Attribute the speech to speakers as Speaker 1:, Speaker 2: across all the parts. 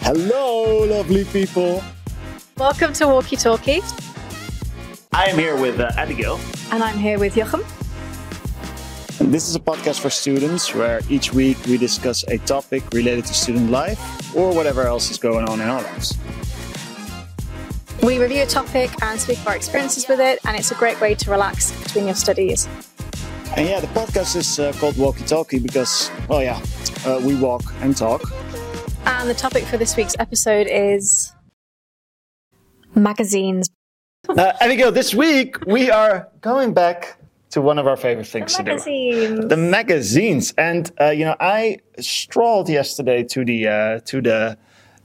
Speaker 1: Hello, lovely people.
Speaker 2: Welcome to Walkie Talkie,
Speaker 3: I am here with uh, Abigail.
Speaker 2: and I'm here with Jochem.
Speaker 1: This is a podcast for students where each week we discuss a topic related to student life or whatever else is going on in our lives.
Speaker 2: We review a topic and speak of our experiences with it, and it's a great way to relax between your studies.
Speaker 1: And yeah, the podcast is uh, called Walkie Talkie because, well, yeah, uh, we walk and talk.
Speaker 2: And the topic for this week's episode is magazines.
Speaker 1: Uh, Abigail, this week we are going back to one of our favorite things to do.
Speaker 2: Magazines.
Speaker 1: the magazines and uh, you know i strolled yesterday to the uh, to the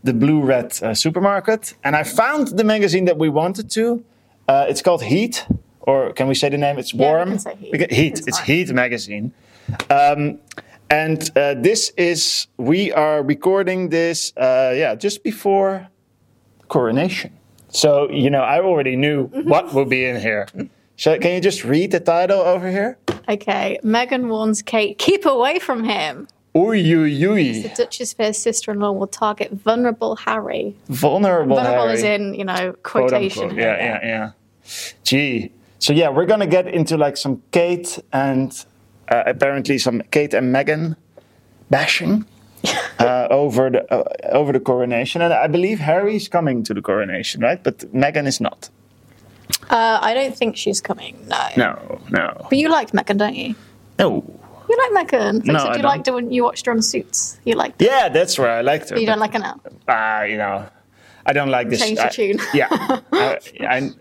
Speaker 1: the blue red uh, supermarket and i found the magazine that we wanted to uh, it's called heat or can we say the name it's
Speaker 2: we
Speaker 1: warm
Speaker 2: can say Heat.
Speaker 1: We heat.
Speaker 2: It's
Speaker 1: it's
Speaker 2: fine.
Speaker 1: heat magazine um, and uh, this is we are recording this uh, yeah just before coronation so you know i already knew
Speaker 2: Mm-hmm.
Speaker 1: what will be in here so can you just read the title over here
Speaker 2: Okay, Meghan warns Kate, keep away from him.
Speaker 1: Oei, oei, oei.
Speaker 2: The Duchess fears sister in law will target vulnerable Harry.
Speaker 1: vulnerable.
Speaker 2: Vulnerable
Speaker 1: Harry,
Speaker 2: is in, you know,
Speaker 1: quote
Speaker 2: quotation.
Speaker 1: unquote. Yeah, yeah, yeah. Gee. So yeah, we're gonna get into like some Kate and uh, apparently some Kate and Meghan bashing uh, over the uh, over the coronation, and I believe Harry's coming to the coronation, right? But Meghan is not.
Speaker 2: Uh, I don't think she's coming, no.
Speaker 1: No, no,
Speaker 2: But you liked Meghan, don't you?
Speaker 1: no.
Speaker 2: You like Meghan.
Speaker 1: No,
Speaker 2: Except
Speaker 1: I
Speaker 2: you
Speaker 1: don't.
Speaker 2: liked her when you watched her on Suits. You liked her.
Speaker 1: Yeah, that's where I liked her.
Speaker 2: You
Speaker 1: but-
Speaker 2: don't like her now.
Speaker 1: ah, you know, I don't like this.
Speaker 2: Change the
Speaker 1: I-
Speaker 2: tune.
Speaker 1: Yeah, I, I,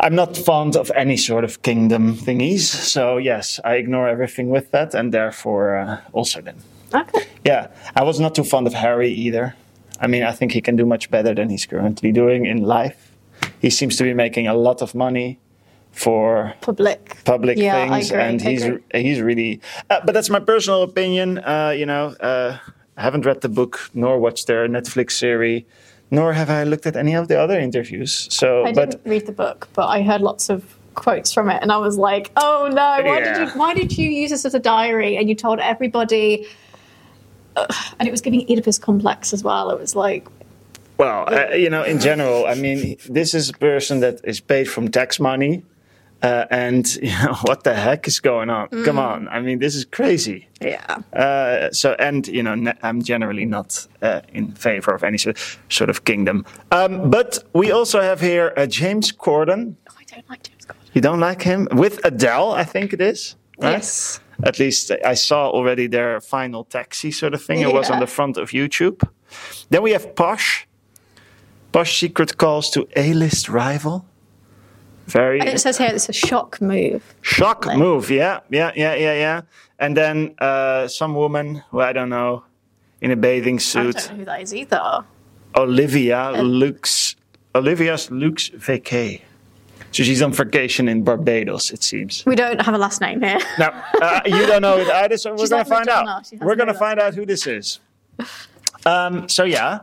Speaker 1: I'm not fond of any sort of kingdom thingies. So yes, I ignore everything with that, and therefore uh, also them.
Speaker 2: Okay.
Speaker 1: Yeah, I was not too fond of Harry either. I mean, I think he can do much better than he's currently doing in life. He seems to be making a lot of money for
Speaker 2: Public.
Speaker 1: public
Speaker 2: yeah, I
Speaker 1: things,
Speaker 2: agree,
Speaker 1: and
Speaker 2: I
Speaker 1: he's
Speaker 2: agree.
Speaker 1: he's really. Uh, but that's my personal opinion. Uh, you know, uh, I haven't read the book nor watched their Netflix series, nor have I looked at any of the other interviews. So,
Speaker 2: I
Speaker 1: but
Speaker 2: didn't read the book, but I heard lots of quotes from it, and I was like, "Oh no! Why
Speaker 1: Yeah.
Speaker 2: did you? Why did you use this as a diary?" And you told everybody, Ugh, and it was giving Oedipus complex as well. It was like,
Speaker 1: well, uh, you know, in general, I mean, this is a person that is paid from tax money. Uh, and you know what the heck is going on? Come
Speaker 2: Mm.
Speaker 1: on! I mean, this is crazy.
Speaker 2: yeah,
Speaker 1: Uh, so and you know ne- I'm generally not uh, in favor of any so- sort of kingdom. Um, but we also have here uh, James Corden.
Speaker 2: oh, I don't like James Corden.
Speaker 1: You don't like him with Adele, I think it is. right?
Speaker 2: Yes,
Speaker 1: At least I saw already their final taxi sort of thing. It was on
Speaker 2: Yeah.
Speaker 1: the front of YouTube. Then we have Posh. Posh secret calls to A-list rival. Very
Speaker 2: and it says here it's a shock move.
Speaker 1: Shock move, yeah, yeah, yeah, yeah, yeah. And then uh, some woman who I don't know in a bathing
Speaker 2: I
Speaker 1: suit,
Speaker 2: don't Uh, know who that is either.
Speaker 1: Olivia Lux, Olivia's Lux Vacay. So she's on vacation in Barbados, it seems.
Speaker 2: We don't have a last name here.
Speaker 1: Now uh, you don't know it either, so we're
Speaker 2: She's
Speaker 1: gonna
Speaker 2: like
Speaker 1: find out.
Speaker 2: Madonna, she has
Speaker 1: We're gonna
Speaker 2: no
Speaker 1: find out who this is. Um, so yeah,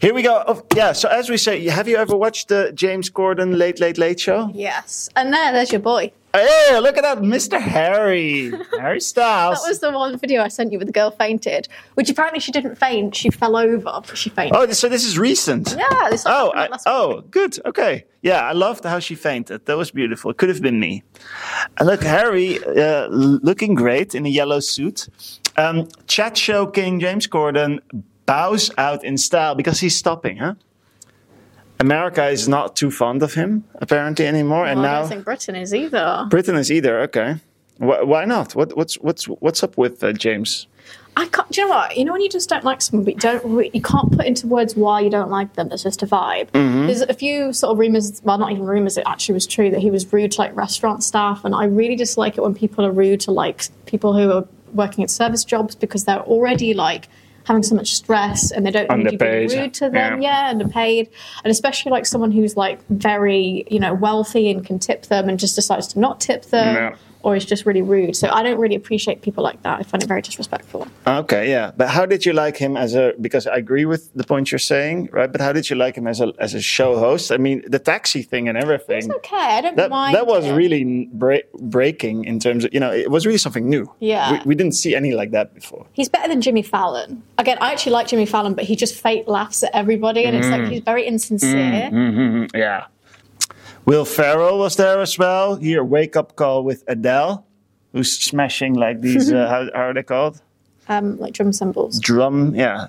Speaker 1: here we go. Oh, yeah. So as we say, have you ever watched the James Corden Late Late Late Show?
Speaker 2: Yes, and there, there's your boy.
Speaker 1: Hey, look at that, Mr. Harry, Harry Styles.
Speaker 2: That was the one video I sent you where the girl fainted, which apparently she didn't faint. She fell over, but she fainted.
Speaker 1: Oh, so this is recent.
Speaker 2: Yeah, this
Speaker 1: Oh,
Speaker 2: happened
Speaker 1: I,
Speaker 2: last week.
Speaker 1: oh, good. Okay. Yeah, I loved how she fainted. That was beautiful. It could have been me. And look, Harry, uh, looking great in a yellow suit. Um, chat show king James Corden bows out in style because he's stopping, huh? America is not too fond of him apparently anymore, and
Speaker 2: Well, I
Speaker 1: now
Speaker 2: don't think Britain is either.
Speaker 1: Britain is either. Okay, Wh- why not? What, what's what's what's up with uh, James?
Speaker 2: I can't. Do you know what? You know when you just don't like someone, but you don't. re- You can't put into words why you don't like them. That's just a vibe.
Speaker 1: Mm-hmm.
Speaker 2: There's a few sort of rumors. Well, not even rumors. It actually was true that he was rude to like restaurant staff, and I really dislike it when people are rude to like people who are working at service jobs because they're already like having so much stress and they don't need you being
Speaker 1: Underpaid.
Speaker 2: rude to them.
Speaker 1: Yeah.
Speaker 2: Yeah. underpaid, and especially like someone who's like very you know wealthy and can tip them, and just decides to not tip them.
Speaker 1: Yeah.
Speaker 2: or is just really rude. So I don't really appreciate people like that. I find it very disrespectful.
Speaker 1: Okay, yeah. But how did you like him as a? Because I agree with the point you're saying, right? But how did you like him as a as a show host? I mean, the taxi thing and everything.
Speaker 2: It's okay. I don't
Speaker 1: That
Speaker 2: mind.
Speaker 1: that was
Speaker 2: it.
Speaker 1: really break, breaking in terms of you know it was really something new.
Speaker 2: Yeah.
Speaker 1: we, we didn't see any like that before.
Speaker 2: He's better than Jimmy Fallon. Again, I actually like Jimmy Fallon, but he just fake laughs at everybody, and it's like
Speaker 1: Mm.
Speaker 2: he's very insincere.
Speaker 1: Yeah. Will Ferrell was there as well. Here, wake up call with Adele, who's smashing like these. Uh, how, how are they called?
Speaker 2: Um, like drum cymbals.
Speaker 1: Drum. Yeah,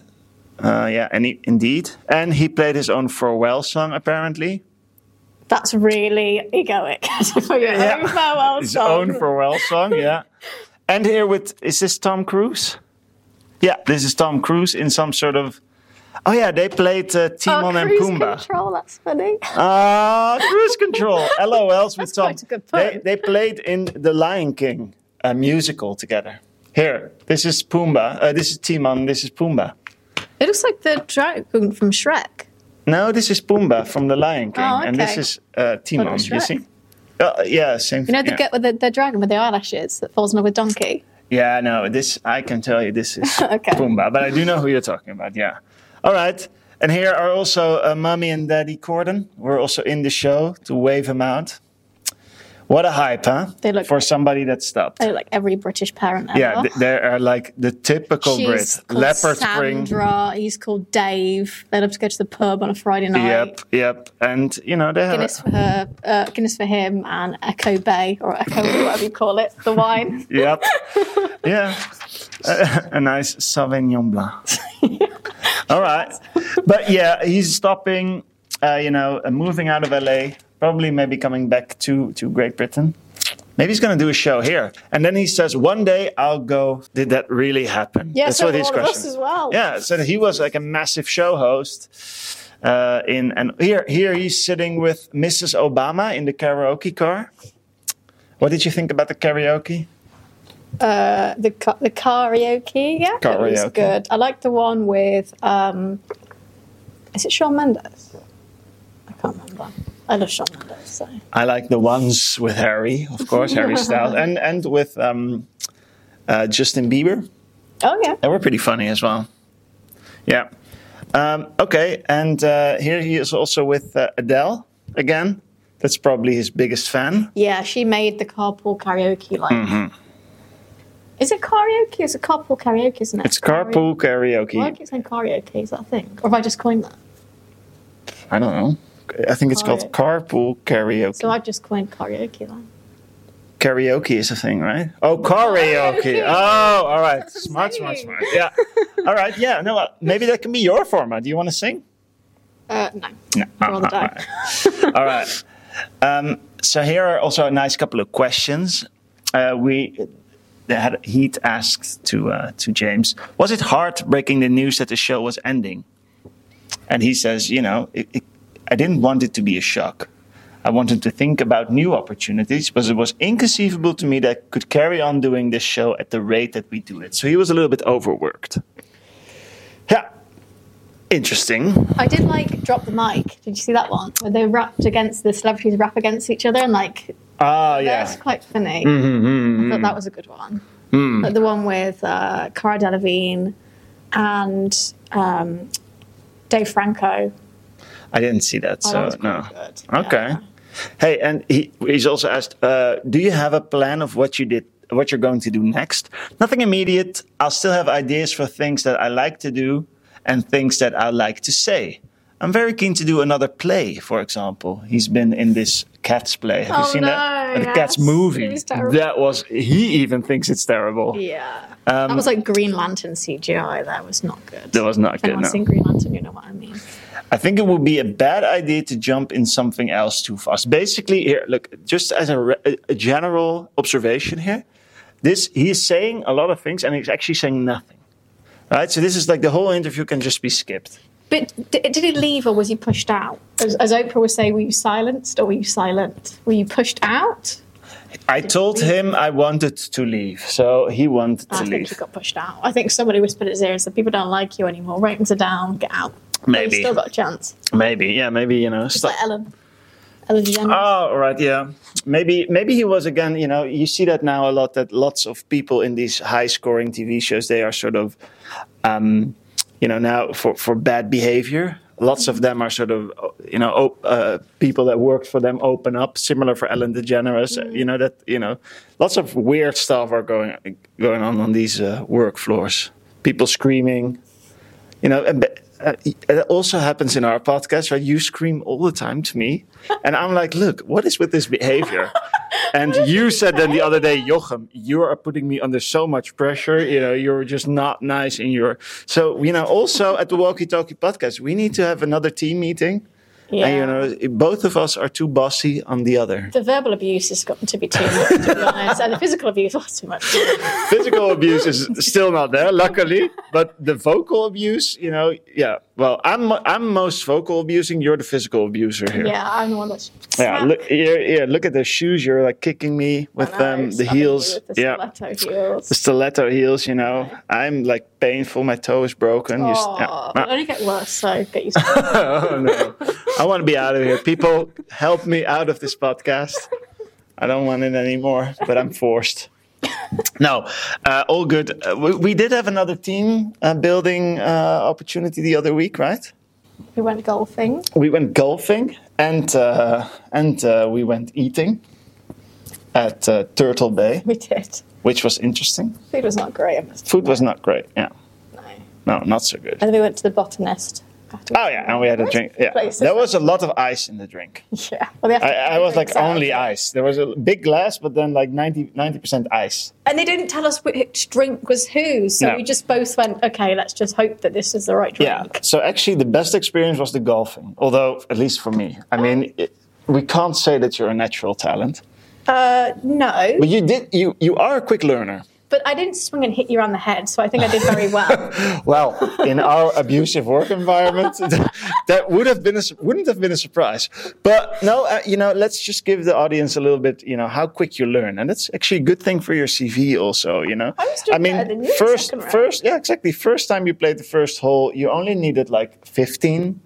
Speaker 1: uh, yeah. And he, indeed, and he played his own farewell song apparently.
Speaker 2: That's really egoic. For your own farewell
Speaker 1: his
Speaker 2: song.
Speaker 1: own farewell song. Yeah. And here with is this Tom Cruise? Yeah, this is Tom Cruise in some sort of. Oh yeah, they played uh,
Speaker 2: Oh,
Speaker 1: Timon and
Speaker 2: cruise
Speaker 1: Pumbaa.
Speaker 2: control. That's funny.
Speaker 1: Ah, cruise control. LOLs with
Speaker 2: That's
Speaker 1: Tom.
Speaker 2: quite a good point.
Speaker 1: They, they played in the Lion King a musical together. Here, this is Pumbaa. Uh, this is Timon. This is Pumbaa.
Speaker 2: It looks like the dragon from Shrek.
Speaker 1: No, this is Pumbaa from the Lion King,
Speaker 2: Oh,
Speaker 1: and this
Speaker 2: okay.
Speaker 1: is uh, Timon.
Speaker 2: that's
Speaker 1: You
Speaker 2: right.
Speaker 1: see? Uh, yeah, same.
Speaker 2: You know the
Speaker 1: yeah.
Speaker 2: girl with the, the dragon with the eyelashes that falls in love with Donkey.
Speaker 1: Yeah, no, this I can tell you this is
Speaker 2: Okay.
Speaker 1: Pumbaa, but I do know who you're talking about. Yeah. All right. And here are also uh, Mommy and Daddy Corden. We're also in the show to wave him out. What a hype, huh?
Speaker 2: They look-
Speaker 1: For somebody that stopped.
Speaker 2: They look Oh, like every British parent ever.
Speaker 1: Yeah, th- they are like the typical
Speaker 2: She's
Speaker 1: Brit.
Speaker 2: called
Speaker 1: Leopard
Speaker 2: Sandra.
Speaker 1: Spring.
Speaker 2: He's called Dave. They love to go to the pub on a Friday night.
Speaker 1: Yep, yep. And, you know, they have.
Speaker 2: Guinness for her, uh, Guinness for him, and Echo Bay or Echo, whatever you call it, the wine.
Speaker 1: Yep. yeah. A, a nice Sauvignon Blanc. All right. But yeah, he's stopping, uh, you know, uh, moving out of LA, probably maybe coming back to, to Great Britain. Maybe he's going to do a show here. And then he says, one day I'll go. Did that really happen?
Speaker 2: Yeah, so
Speaker 1: what
Speaker 2: for
Speaker 1: his
Speaker 2: all of us
Speaker 1: question-
Speaker 2: as well.
Speaker 1: Yeah, so he was like a massive show host. Uh, in and here, here he's sitting with Mrs. Obama in the karaoke car. What did you think about the karaoke?
Speaker 2: Uh, the ca- the karaoke, yeah, it was
Speaker 1: Karaoke.
Speaker 2: good. I like the one with um, is it Shawn Mendes? I can't remember. I love Shawn Mendes. So.
Speaker 1: I like the ones with Harry, of course, Harry Styles, and and with um, uh, Justin Bieber.
Speaker 2: Oh yeah,
Speaker 1: They were pretty funny as well. Yeah. Um, okay, and uh, here he is also with uh, Adele again. That's probably his biggest fan.
Speaker 2: yeah. She made the carpool karaoke like.
Speaker 1: Mm-hmm.
Speaker 2: Is it karaoke? It's a carpool karaoke, isn't it?
Speaker 1: It's carpool
Speaker 2: Why do I
Speaker 1: karaoke.
Speaker 2: keep saying karaoke? Is that a thing? Or have I just coined that?
Speaker 1: I don't know. I think it's called carpool karaoke.
Speaker 2: So I just coined karaoke then.
Speaker 1: karaoke is a thing, right? Oh, karaoke.
Speaker 2: Karaoke.
Speaker 1: Oh, all right. Smart,
Speaker 2: I'm
Speaker 1: smart,
Speaker 2: saying.
Speaker 1: smart. Yeah. All right. Yeah. No, uh, maybe that can be your format. Do you want to sing? Uh-huh.
Speaker 2: Uh, no.
Speaker 1: No.
Speaker 2: I'd rather die.
Speaker 1: All right. Um, so here are also a nice couple of questions. Uh, we they had Heat asked to uh, to James, was it hard breaking the news that the show was ending? And he says, you know, it, it, I didn't want it to be a shock. I wanted to think about new opportunities, but it was inconceivable to me that I could carry on doing this show at the rate that we do it. So he was a little bit overworked. Yeah, interesting.
Speaker 2: I did like drop the mic. Did you see that one? Where they rapped against the celebrities rap against each other and like
Speaker 1: Ah, yeah. Mm-hmm,
Speaker 2: that's quite funny. I thought that was a good one.
Speaker 1: Mm.
Speaker 2: Like the one with uh, Cara Delevingne and um, Dave Franco.
Speaker 1: I didn't see that,
Speaker 2: Oh,
Speaker 1: so
Speaker 2: that was
Speaker 1: no.
Speaker 2: pretty good.
Speaker 1: Okay.
Speaker 2: Yeah.
Speaker 1: Hey, and he, he's also asked, uh, do you have a plan of what you did, what you're going to do next? Nothing immediate. I'll still have ideas for things that I like to do and things that I like to say. I'm very keen to do another play, for example. He's been in this Cats play. Have you
Speaker 2: Oh,
Speaker 1: seen that?
Speaker 2: no,
Speaker 1: The Cats
Speaker 2: yes.
Speaker 1: movie.
Speaker 2: It was terrible.
Speaker 1: that was. He even thinks it's terrible.
Speaker 2: Yeah. that was like Green Lantern CGI. That was not good.
Speaker 1: Um, That was not
Speaker 2: if
Speaker 1: good,
Speaker 2: anyone's
Speaker 1: no.
Speaker 2: seen Green Lantern, you know what I mean.
Speaker 1: I think it would be a bad idea to jump in something else too fast. Basically, here, look, just as a, re- a- a general observation here, this he is saying a lot of things and he's actually saying nothing. Right? So this is like the whole interview can just be skipped.
Speaker 2: But d- did he leave or was he pushed out? As, as Oprah would say, were you silenced or were you silent? Were you pushed out?
Speaker 1: I told him I wanted to leave, so he wanted
Speaker 2: I
Speaker 1: to
Speaker 2: think he
Speaker 1: leave.
Speaker 2: got pushed out. I think somebody whispered at his ear and said, "People don't like you anymore. Ratings are down. Get out." But
Speaker 1: Maybe.
Speaker 2: you still got a chance.
Speaker 1: Maybe, yeah, maybe you know.
Speaker 2: It's
Speaker 1: Stop.
Speaker 2: like Ellen. Olivia.
Speaker 1: Oh, all right, yeah. Maybe, maybe he was again. You know, you see that now a lot. That lots of people in these high-scoring TV shows, they are sort of, um, you know, now for for bad behavior. Lots of them are sort of, you know, op- uh, people that worked for them open up. Similar for Ellen DeGeneres, you know that you know, lots of weird stuff are going going on on these uh, work floors. People screaming, you know, and, uh, it also happens in our podcast, right? You scream all the time to me, and I'm like, "Look, what is with this behavior?" And you said then the other day, Jochem, you are putting me under so much pressure. You know, you're just not nice in your. So you know, also at the Walkie Talkie podcast, we need to have another team meeting, and you know, both of us are too bossy on the other.
Speaker 2: the verbal abuse has gotten to be too much, to be honest, and the physical abuse was too much.
Speaker 1: Physical abuse is still not there, luckily, but the vocal abuse, you know, yeah. Well, I'm I'm most vocal abusing. You're the physical abuser here.
Speaker 2: Yeah, I'm the one that's.
Speaker 1: Yeah, look, yeah, yeah, look at the shoes. You're like kicking me with um, the heels.
Speaker 2: The
Speaker 1: yeah,
Speaker 2: stiletto heels.
Speaker 1: the stiletto heels. You know, I'm like painful. My toe is broken. You s-
Speaker 2: Oh,
Speaker 1: yeah.
Speaker 2: it'll only get worse, so get used to it.
Speaker 1: Oh, no. I want to be out of here. People, help me out of this podcast. I don't want it anymore, but I'm forced. No, uh, all good. Uh, we, we did have another team uh, building uh, opportunity the other week, right?
Speaker 2: We went golfing.
Speaker 1: we went golfing and uh, and uh, we went eating at uh, Turtle Bay,
Speaker 2: We did.
Speaker 1: which was interesting.
Speaker 2: Food was not great, I must
Speaker 1: Food was not great. Yeah,
Speaker 2: say.
Speaker 1: no, not so good.
Speaker 2: And then we went to the botanist. after-
Speaker 1: Oh yeah, and we had a drink. Yeah,
Speaker 2: Places
Speaker 1: there was a lot of ice in the drink.
Speaker 2: Yeah. Well, they have to
Speaker 1: I, I was like
Speaker 2: drinks out.
Speaker 1: only ice. There was a big glass, but then like 90 percent ice.
Speaker 2: And they didn't tell us which drink was whose, so
Speaker 1: No.
Speaker 2: we just both went, okay, let's just hope that this is the right drink.
Speaker 1: Yeah. So actually, the best experience was the golfing. Although, at least for me, I mean, it, we can't say that you're a natural talent,
Speaker 2: Uh, no,
Speaker 1: but you did. You you are a quick learner.
Speaker 2: but I didn't swing and hit you around the head, so I think I did very well.
Speaker 1: Well, in our abusive work environment, that, that would have been a, su- wouldn't have been a surprise. But no, uh, you know, let's just give the audience a little bit, you know, how quick you learn, and that's actually a good thing for your CV, also. You know,
Speaker 2: I was doing
Speaker 1: mean,
Speaker 2: better than you the
Speaker 1: first,
Speaker 2: second round.
Speaker 1: first, yeah, exactly. First time you played the first hole, you only needed like fifteen.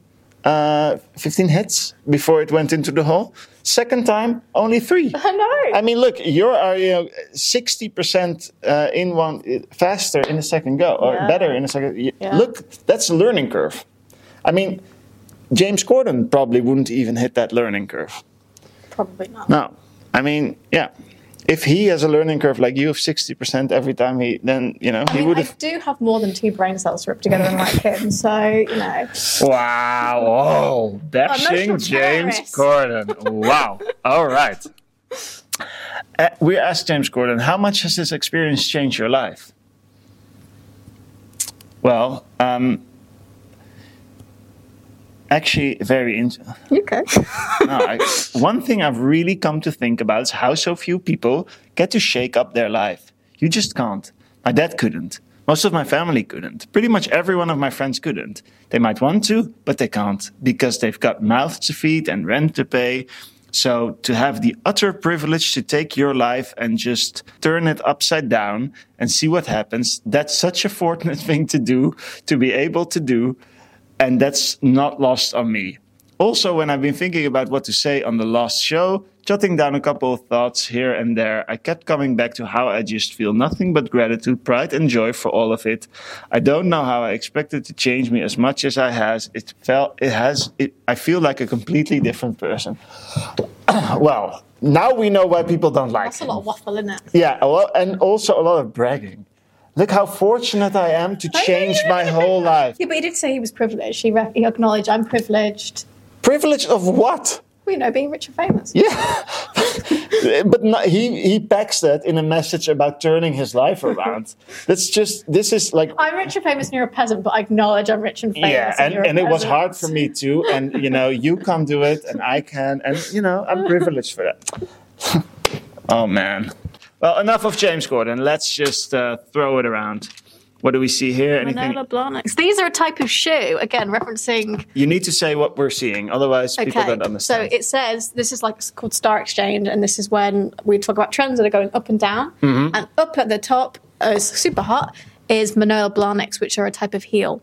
Speaker 1: Uh, 15 hits before it went into the hole. Second time, only three.
Speaker 2: I know.
Speaker 1: I mean, look, you're are you know sixty percent uh, in one faster in a second go, or
Speaker 2: Yeah.
Speaker 1: better in a second. y-
Speaker 2: Yeah.
Speaker 1: Look, that's a learning curve. I mean, James Corden probably wouldn't even hit that learning curve.
Speaker 2: Probably not.
Speaker 1: No, I mean, yeah, if he has a learning curve like you of sixty percent every time he, then you know
Speaker 2: I
Speaker 1: he
Speaker 2: mean,
Speaker 1: would
Speaker 2: I
Speaker 1: have.
Speaker 2: do have more than two brain cells ripped together in like him, so you know.
Speaker 1: Wow! Oh, dashing James
Speaker 2: terrorist.
Speaker 1: Corden. Wow! All right. Uh, we asked James Corden, how much has this experience changed your life? Well, um, actually, very. In-
Speaker 2: Okay.
Speaker 1: no, I, one thing I've really come to think about is how so few people get to shake up their life. You just can't. My dad couldn't. Most of my family couldn't. Pretty much every one of my friends couldn't. They might want to, but they can't because they've got mouths to feed and rent to pay. So to have the utter privilege to take your life and just turn it upside down and see what happens, that's such a fortunate thing to do, to be able to do and that's not lost on me. Also, when I've been thinking about what to say on the last show, jotting down a couple of thoughts here and there, I kept coming back to how I just feel nothing but gratitude, pride, and joy for all of it. I don't know how I expected to change me as much as I has. It felt it has. It, I feel like a completely different person. well, now we know why people don't like.
Speaker 2: That's a lot of waffle, isn't it?
Speaker 1: Yeah, a lot, and also a lot of bragging. Look how fortunate I am to change my whole life.
Speaker 2: Yeah, but he did say he was privileged. He, re- he acknowledged I'm privileged.
Speaker 1: Privilege of what?
Speaker 2: Well, you know, being rich and famous.
Speaker 1: Yeah, but no, he he packs that in a message about turning his life around. That's just this is like
Speaker 2: I'm rich and famous, and you're a peasant, but I acknowledge I'm rich and famous.
Speaker 1: yeah, and,
Speaker 2: you're a
Speaker 1: and it was
Speaker 2: peasant.
Speaker 1: hard for me too. And you know, you can do it, and I can, and you know, I'm privileged for that. oh man. Well, enough of James Gordon. Let's just uh, throw it around. What do we see here? Anything?
Speaker 2: Manolo Blahniks. These are a type of shoe, again, referencing.
Speaker 1: You need to say what we're seeing, otherwise people don't
Speaker 2: Okay, so
Speaker 1: understand.
Speaker 2: it says this is like it's called Star Exchange, and this is when we talk about trends that are going up and down.
Speaker 1: Mm-hmm.
Speaker 2: And up at the top, uh, it's super hot, is Manolo Blahniks, which are a type of heel.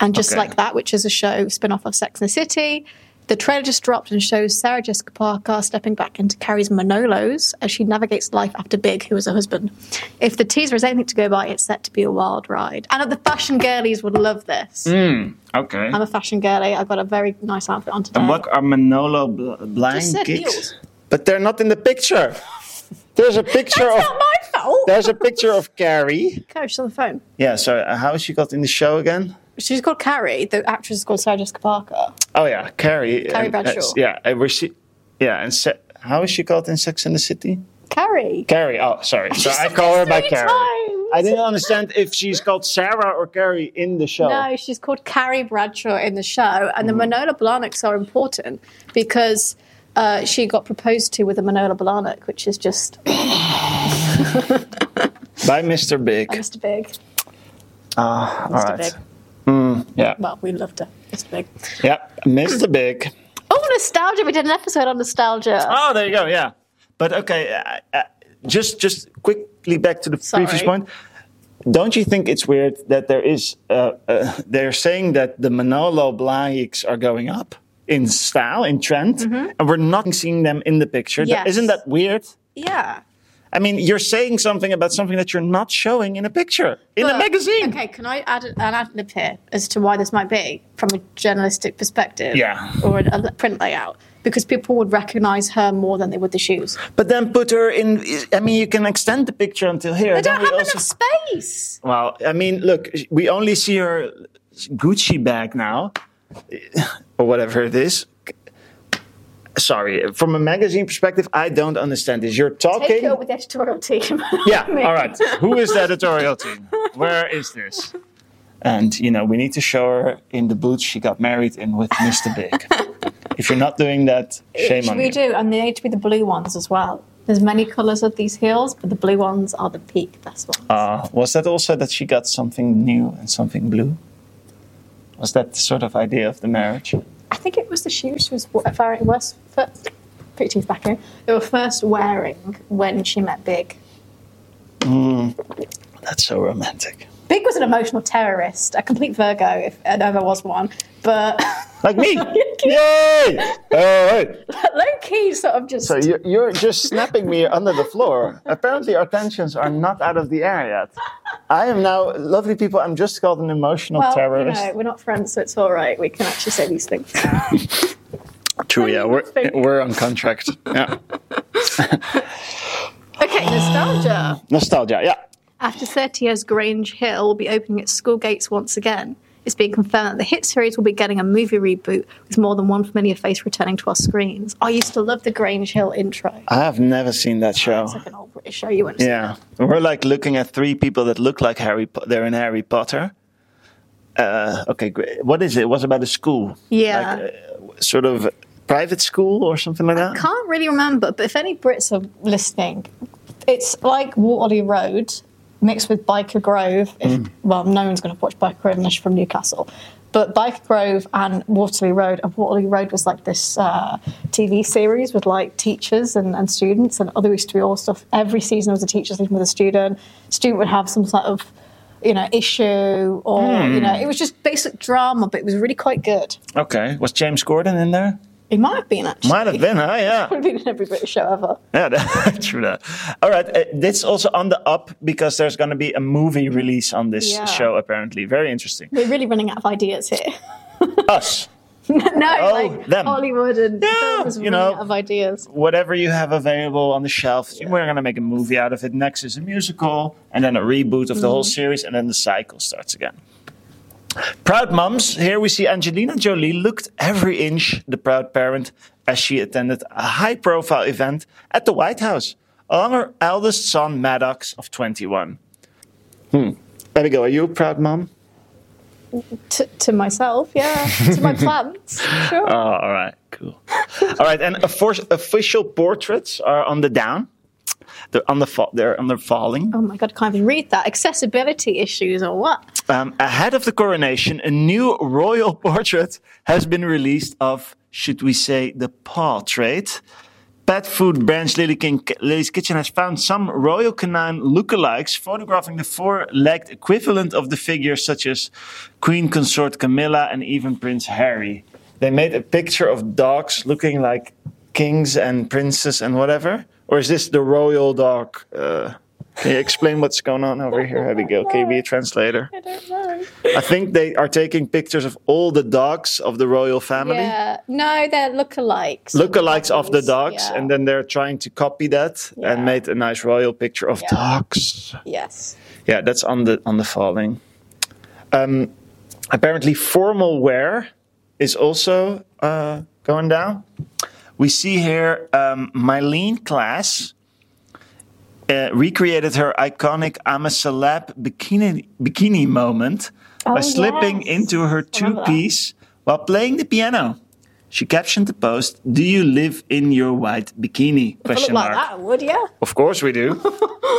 Speaker 2: And just
Speaker 1: Okay.
Speaker 2: like that, which is a show spin off of Sex and the City, The trailer just dropped and shows Sarah Jessica Parker stepping back into Carrie's Manolos as she navigates life after Big, who was her husband. If the teaser is anything to go by, it's set to be a wild ride. And the fashion girlies would love this.
Speaker 1: Mm. Okay.
Speaker 2: I'm a fashion girly. I got a very nice outfit on today.
Speaker 1: And what are Manolo bl-
Speaker 2: Just
Speaker 1: blind
Speaker 2: said
Speaker 1: gigs?
Speaker 2: heels.
Speaker 1: But they're not in the picture. There's a picture
Speaker 2: That's
Speaker 1: of
Speaker 2: not my fault.
Speaker 1: there's a picture of Carrie.
Speaker 2: Coach, she's on the phone.
Speaker 1: Yeah, sorry. uh, How she got in the show again?
Speaker 2: She's called Carrie. The actress is called Sarah Jessica Parker.
Speaker 1: Oh yeah, Carrie.
Speaker 2: Carrie
Speaker 1: and, uh,
Speaker 2: Bradshaw.
Speaker 1: yeah, I was she, yeah, and se- how is she called in Sex and the City?
Speaker 2: Carrie.
Speaker 1: Carrie. Oh, sorry. So
Speaker 2: She
Speaker 1: I
Speaker 2: said
Speaker 1: call her
Speaker 2: this
Speaker 1: by
Speaker 2: three
Speaker 1: Carrie.
Speaker 2: times.
Speaker 1: I didn't understand if she's called Sarah or Carrie in the show.
Speaker 2: No, she's called Carrie Bradshaw in the show, and the Manola Blahniks are important because uh, she got proposed to with a Manola Blahnik, which is just
Speaker 1: By Mr. Big.
Speaker 2: Mr. Big.
Speaker 1: Ah, all
Speaker 2: Mr.
Speaker 1: right.
Speaker 2: Big.
Speaker 1: Yeah.
Speaker 2: Well, we loved her, Mr. Big.
Speaker 1: Yeah, Mr. Big.
Speaker 2: Oh, nostalgia! We did an episode on nostalgia.
Speaker 1: Oh, there you go. Yeah, but okay. Uh, uh, just just quickly back to the previous
Speaker 2: Sorry.
Speaker 1: point. Don't you think it's weird that there is uh, uh, they're saying that the Manolo Blahniks are going up in style in trend, and we're not seeing them in the picture? Th-
Speaker 2: Mm-hmm. Yes.
Speaker 1: Isn't that weird?
Speaker 2: Yeah.
Speaker 1: I mean, you're saying something about something that you're not showing in a picture in a
Speaker 2: Look,
Speaker 1: magazine.
Speaker 2: Okay, can I add an adlib here as to why this might be from a journalistic perspective?
Speaker 1: Yeah.
Speaker 2: Or an- a print layout? Because people would recognize her more than they would the shoes.
Speaker 1: But then put her in. I mean, you can extend the picture until here.
Speaker 2: They
Speaker 1: Then
Speaker 2: don't
Speaker 1: we
Speaker 2: have
Speaker 1: also-
Speaker 2: enough space.
Speaker 1: Well, I mean, look, we only see her Gucci bag now, or whatever it is. Sorry, from a magazine perspective, I don't understand this. You're talking.
Speaker 2: Take it up with the editorial team.
Speaker 1: yeah, all right. Who is the editorial team? Where is this? And you know, we need to show her in the boots she got married in with Mr. Big. if you're not doing that, shame on
Speaker 2: we
Speaker 1: you.
Speaker 2: do, and they need to be the blue ones as well. There's many colours of these heels, but the blue ones are the peak best ones.
Speaker 1: Uh, was that also that she got something new and something blue? Was that the sort of idea of the marriage?
Speaker 2: I think it was the shoes she was wa- wearing. Worst, first, put your teeth back in. They were first wearing when she met Big.
Speaker 1: That's so romantic.
Speaker 2: Big was an emotional terrorist, a complete Virgo, if I ever was one. But
Speaker 1: Like me. Yay! All right.
Speaker 2: low key, sort of just.
Speaker 1: So you're, you're just snapping me under the floor. Apparently, our tensions are not out of the air yet. I am now, lovely people, I'm just called an emotional
Speaker 2: well,
Speaker 1: terrorist.
Speaker 2: You know, we're not friends, so it's all right. We can actually say these things.
Speaker 1: True, yeah, we're,
Speaker 2: Thank you.
Speaker 1: we're on contract. Yeah.
Speaker 2: okay, nostalgia.
Speaker 1: Nostalgia, yeah.
Speaker 2: After 30 years, Grange Hill will be opening its school gates once again. It's being confirmed that the hit series will be getting a movie reboot with more than one familiar face returning to our screens. I used to love the Grange Hill intro.
Speaker 1: I have never seen that show.
Speaker 2: It's like an old British show you wouldn't
Speaker 1: Oh. Yeah, we're like looking at three people that look like Harry. Po- they're in Harry Potter. Uh, okay, great. What is it? It was about a school.
Speaker 2: Yeah.
Speaker 1: like, uh, sort of private school or something like that.
Speaker 2: Can't really remember, but if any Brits are listening, it's like Waterloo Road mixed with Biker Grove. If, Well, no one's going to watch Biker Grove unless you're from Newcastle. But Biker Grove and Waterloo Road, and Waterloo Road was like this uh, TV series with like teachers and, and students, and other used to be all stuff. Every season there was a teacher sleeping with a student. Student would have some sort of you know issue, or you know it was just basic drama, but it was really quite good.
Speaker 1: Okay, was James Gordon in there?
Speaker 2: It might have been actually.
Speaker 1: Might have been, huh? Yeah,
Speaker 2: Might have been in every British show ever.
Speaker 1: yeah, that- true that. All right, uh, this is also on the up because there's going to be a movie release on this
Speaker 2: Yeah.
Speaker 1: show. Apparently, very interesting.
Speaker 2: We're really running out of ideas here.
Speaker 1: Us,
Speaker 2: no,
Speaker 1: Oh,
Speaker 2: like
Speaker 1: them.
Speaker 2: Hollywood and
Speaker 1: Yeah,
Speaker 2: films
Speaker 1: you
Speaker 2: running
Speaker 1: know.
Speaker 2: out of ideas.
Speaker 1: whatever you have available on the shelf, we're going to make a movie out of it. Next is a musical, and then a reboot of the whole series, and then the cycle starts again. Proud Moms. Here we see Angelina Jolie looked every inch the proud parent as she attended a high profile event at the White House on her eldest son, Maddox, of 21. Hmm. Abigail, are you a proud mom?
Speaker 2: T- to myself, yeah. to my plants, sure.
Speaker 1: Oh, all right, cool. all right, and of course, official portraits are on the down. They're on the fa- they're on the falling.
Speaker 2: oh my god, I can't even read that. Accessibility issues or what?
Speaker 1: Um, ahead of the coronation, a new royal portrait has been released of, should we say, the paw trade. Pet food branch Lily King, Lily's Kitchen has found some royal canine lookalikes photographing the four-legged equivalent of the figures, such as Queen Consort Camilla and even Prince Harry. they made a picture of dogs looking like kings and princes and whatever? Or is this the royal dog? Uh, can you explain what's going on over here, Abigail? Can you be a translator?
Speaker 2: I don't know.
Speaker 1: I think they are taking pictures of all the dogs of the royal family.
Speaker 2: Yeah. No, they're lookalikes.
Speaker 1: Lookalikes of the dogs,
Speaker 2: Yeah.
Speaker 1: and then they're trying to copy that
Speaker 2: Yeah.
Speaker 1: and made a nice royal picture of
Speaker 2: Yeah.
Speaker 1: dogs.
Speaker 2: Yes.
Speaker 1: Yeah, that's on the on the falling. Um, apparently, formal wear is also uh, going down. We see here um, Mylene Class uh, recreated her iconic "I'm a celeb" bikini bikini moment by slipping
Speaker 2: Oh, yes.
Speaker 1: into her
Speaker 2: remember
Speaker 1: two
Speaker 2: that.
Speaker 1: piece while playing the piano. She captioned the post: "Do you live in your white bikini?"
Speaker 2: If I look
Speaker 1: Question
Speaker 2: like
Speaker 1: mark.
Speaker 2: that, I would, yeah.
Speaker 1: Of course we do.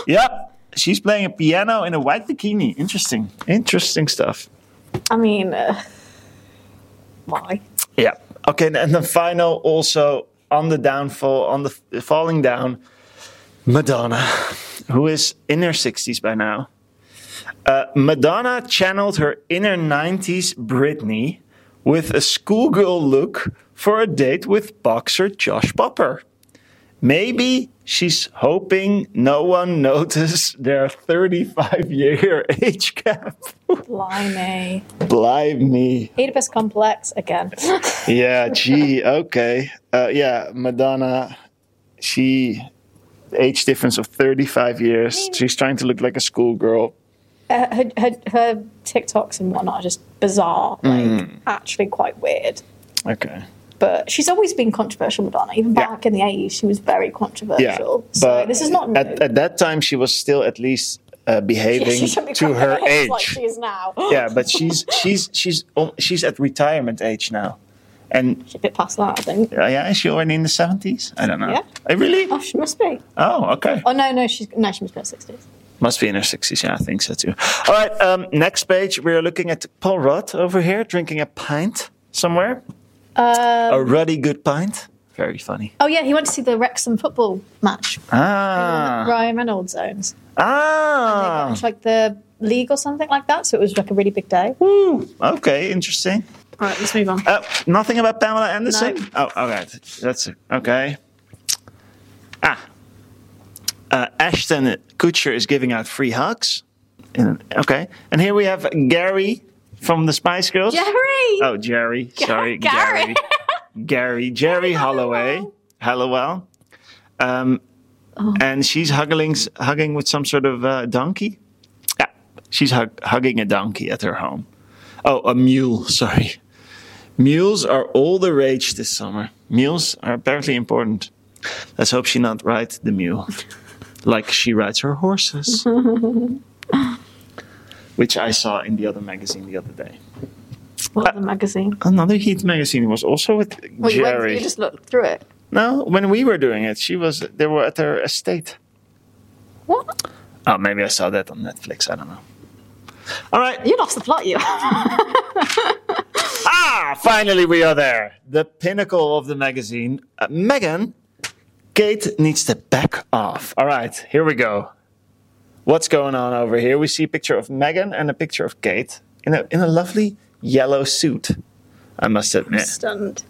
Speaker 1: yep. She's playing a piano in a white bikini. Interesting. Interesting stuff.
Speaker 2: I mean, uh, why?
Speaker 1: Yeah. Okay, and the final also on the downfall, on the f- falling down, Madonna, who is in her 60s by now. Uh, Madonna channeled her inner 90s Britney with a schoolgirl look for a date with boxer Josh Popper. Maybe she's hoping no one noticed their 35 year age gap.
Speaker 2: Blimey.
Speaker 1: Blimey.
Speaker 2: Oedipus complex again.
Speaker 1: Yeah, gee, okay. Uh, yeah, Madonna, she, age difference of 35 years. She's trying to look like a schoolgirl.
Speaker 2: her, her, her, her TikToks and whatnot are just bizarre, like
Speaker 1: Mm.
Speaker 2: actually quite weird.
Speaker 1: Okay.
Speaker 2: But she's always been controversial, Madonna. Even
Speaker 1: Yeah.
Speaker 2: back in the 80s, she was very
Speaker 1: Yeah.
Speaker 2: controversial. so this is not new.
Speaker 1: At, at that time, she was still at least uh, behaving
Speaker 2: She shouldn't be
Speaker 1: to her
Speaker 2: comparing
Speaker 1: age.
Speaker 2: like she is now.
Speaker 1: yeah, but she's she's she's al- she's at retirement age now, and
Speaker 2: She's a bit past that, I think.
Speaker 1: uh, yeah, is she already in the seventies? I don't know.
Speaker 2: Yeah.
Speaker 1: Uh, really?
Speaker 2: Oh, she must be.
Speaker 1: Oh, okay.
Speaker 2: Oh, no, no, she's, no, she must be in her 60s.
Speaker 1: Must be in her sixties. Yeah, I think so too. All right. Um, next page, we are looking at Paul Rudd over here drinking a pint somewhere. a ruddy good pint. Very funny.
Speaker 2: Oh, yeah, he went to see the Wrexham football match.
Speaker 1: Ah.
Speaker 2: Ryan Reynolds owns.
Speaker 1: Ah.
Speaker 2: It's like the league or something like that. So it was like a really big day. All
Speaker 1: Woo. Ah, Okay. Interesting.
Speaker 2: right, let's move on.
Speaker 1: Uh, nothing about Pamela Anderson.
Speaker 2: No.
Speaker 1: Oh, all right. That's okay. Ah, uh, Ashton Kutcher is giving out free hugs. And- Okay, and here we have Gary from the Spice Girls.
Speaker 2: Jerry!
Speaker 1: Oh, Jerry. Sorry,
Speaker 2: Gary.
Speaker 1: Gary. Gary. Jerry Holloway. Hallowell. Um, And she's hugging, hugging with some sort of uh, donkey. Yeah, she's hug, hugging a donkey at her home. Oh, a mule. Sorry. Mules are all the rage this summer. Mules are apparently important. Let's hope she not rides the mule like she rides her horses. Which I saw in the other magazine the other day.
Speaker 2: What the magazine?
Speaker 1: Another Heat magazine was also with
Speaker 2: Well, you, went,
Speaker 1: Jerry.
Speaker 2: you just looked through it.
Speaker 1: No, when we were doing it, she was they were at her estate.
Speaker 2: What?
Speaker 1: Oh, maybe I saw that on Netflix. I don't know. All right.
Speaker 2: You lost the plot, you.
Speaker 1: Ah, finally we are there. The pinnacle of the magazine. Uh, Megan, Kate needs to back off. All right, here we go. What's going on over here? We see a picture of Megan and a picture of Kate in a in a lovely yellow suit. I must admit.
Speaker 2: Stunned.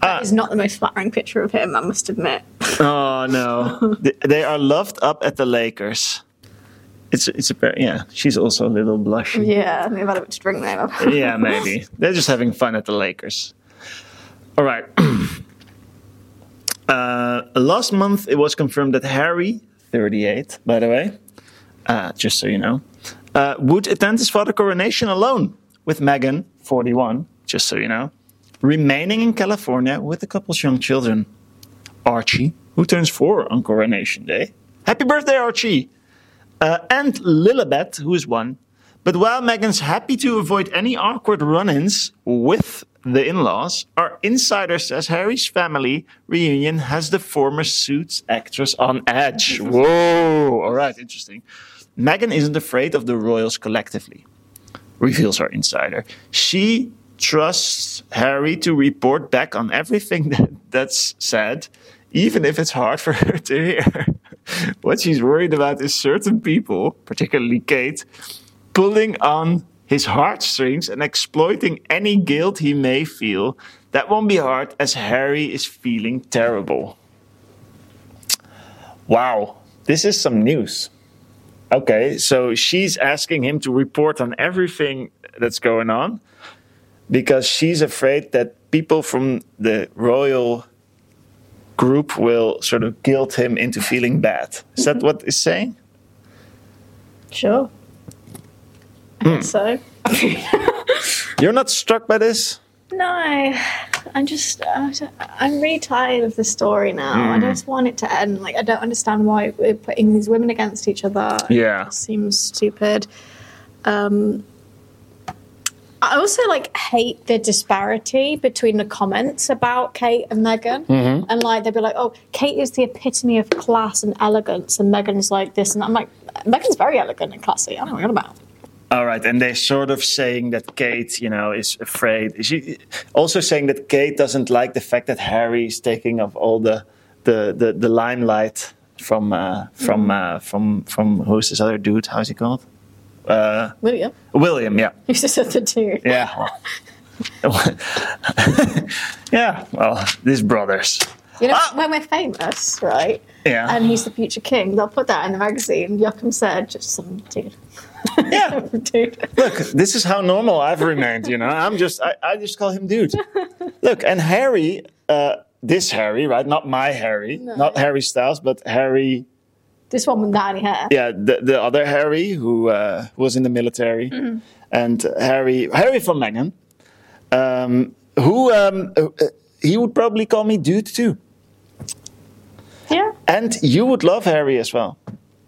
Speaker 1: Ah.
Speaker 2: That is not the most flattering picture of him, I must admit.
Speaker 1: Oh no, Th- they are loved up at the Lakers. It's it's a pair- yeah. She's also a little blushy.
Speaker 2: Yeah, maybe I'd have to drink them up.
Speaker 1: Yeah, maybe they're just having fun at the Lakers. All right. uh, last month, it was confirmed that Harry, 38, by the way, uh, just so you know, uh, would attend his father coronation alone with Meghan, 41, just so you know, remaining in California with the couple's young children. Archie, who turns four on Coronation Day. Happy birthday, Archie! Uh, and Lilibet, who is one. But while Meghan's happy to avoid any awkward run ins with the in laws, our insider says Harry's family reunion has the former Suits actress on edge. Whoa! All right, interesting. Meghan isn't afraid of the royals collectively reveals our insider. She trusts Harry to report back on everything that, that's said, even if it's hard for her to hear. what she's worried about is certain people, particularly Kate, pulling on his heartstrings and exploiting any guilt he may feel. That won't be hard as Harry is feeling terrible. Wow, this is some news. Okay, so she's asking him to report on everything that's going on because she's afraid that people from the royal group will sort of guilt him into feeling bad. Is that what it's saying?
Speaker 2: Sure. I think so.
Speaker 1: You're not struck by this?
Speaker 2: No, I'm just, I'm just- I'm really tired of the story now. I just want it to end. Like, I don't understand why we're putting these women against each other.
Speaker 1: Yeah.
Speaker 2: It Uh, seems stupid. Um, I also like hate the disparity between the comments about Kate and Meghan, and like they'd be like, "Oh, Kate is the epitome of class and elegance, and Meghan is like this," and I'm like, "Meghan's very elegant and classy. I don't know what you're on about."
Speaker 1: All right, and they're sort of saying that Kate, you know, is afraid. She also saying that Kate doesn't like the fact that Harry is taking up all the the the, the limelight from uh, from
Speaker 2: Mm.
Speaker 1: uh, from from who's this other dude? How's he called? Uh,
Speaker 2: William,
Speaker 1: William, yeah.
Speaker 2: who's just at the two?
Speaker 1: Yeah. well. yeah, well, these brothers.
Speaker 2: You know,
Speaker 1: Ah!
Speaker 2: when we're famous, right?
Speaker 1: Yeah.
Speaker 2: And he's the future king. They'll put that in the magazine. Joachim said, just some dude.
Speaker 1: Yeah.
Speaker 2: dude.
Speaker 1: Look, this is how normal I've remained, you know. I'm just I, I just call him dude. Look, and Harry, uh this Harry, right? Not my Harry, not Harry Styles, but Harry
Speaker 2: This one with Danny hair.
Speaker 1: yeah, the, the other Harry who uh, was in the military,
Speaker 2: Mm-hmm.
Speaker 1: and Harry Harry from Meghan, um, who um, uh, uh, he would probably call me dude too,
Speaker 2: Yeah.
Speaker 1: and you would love Harry as well,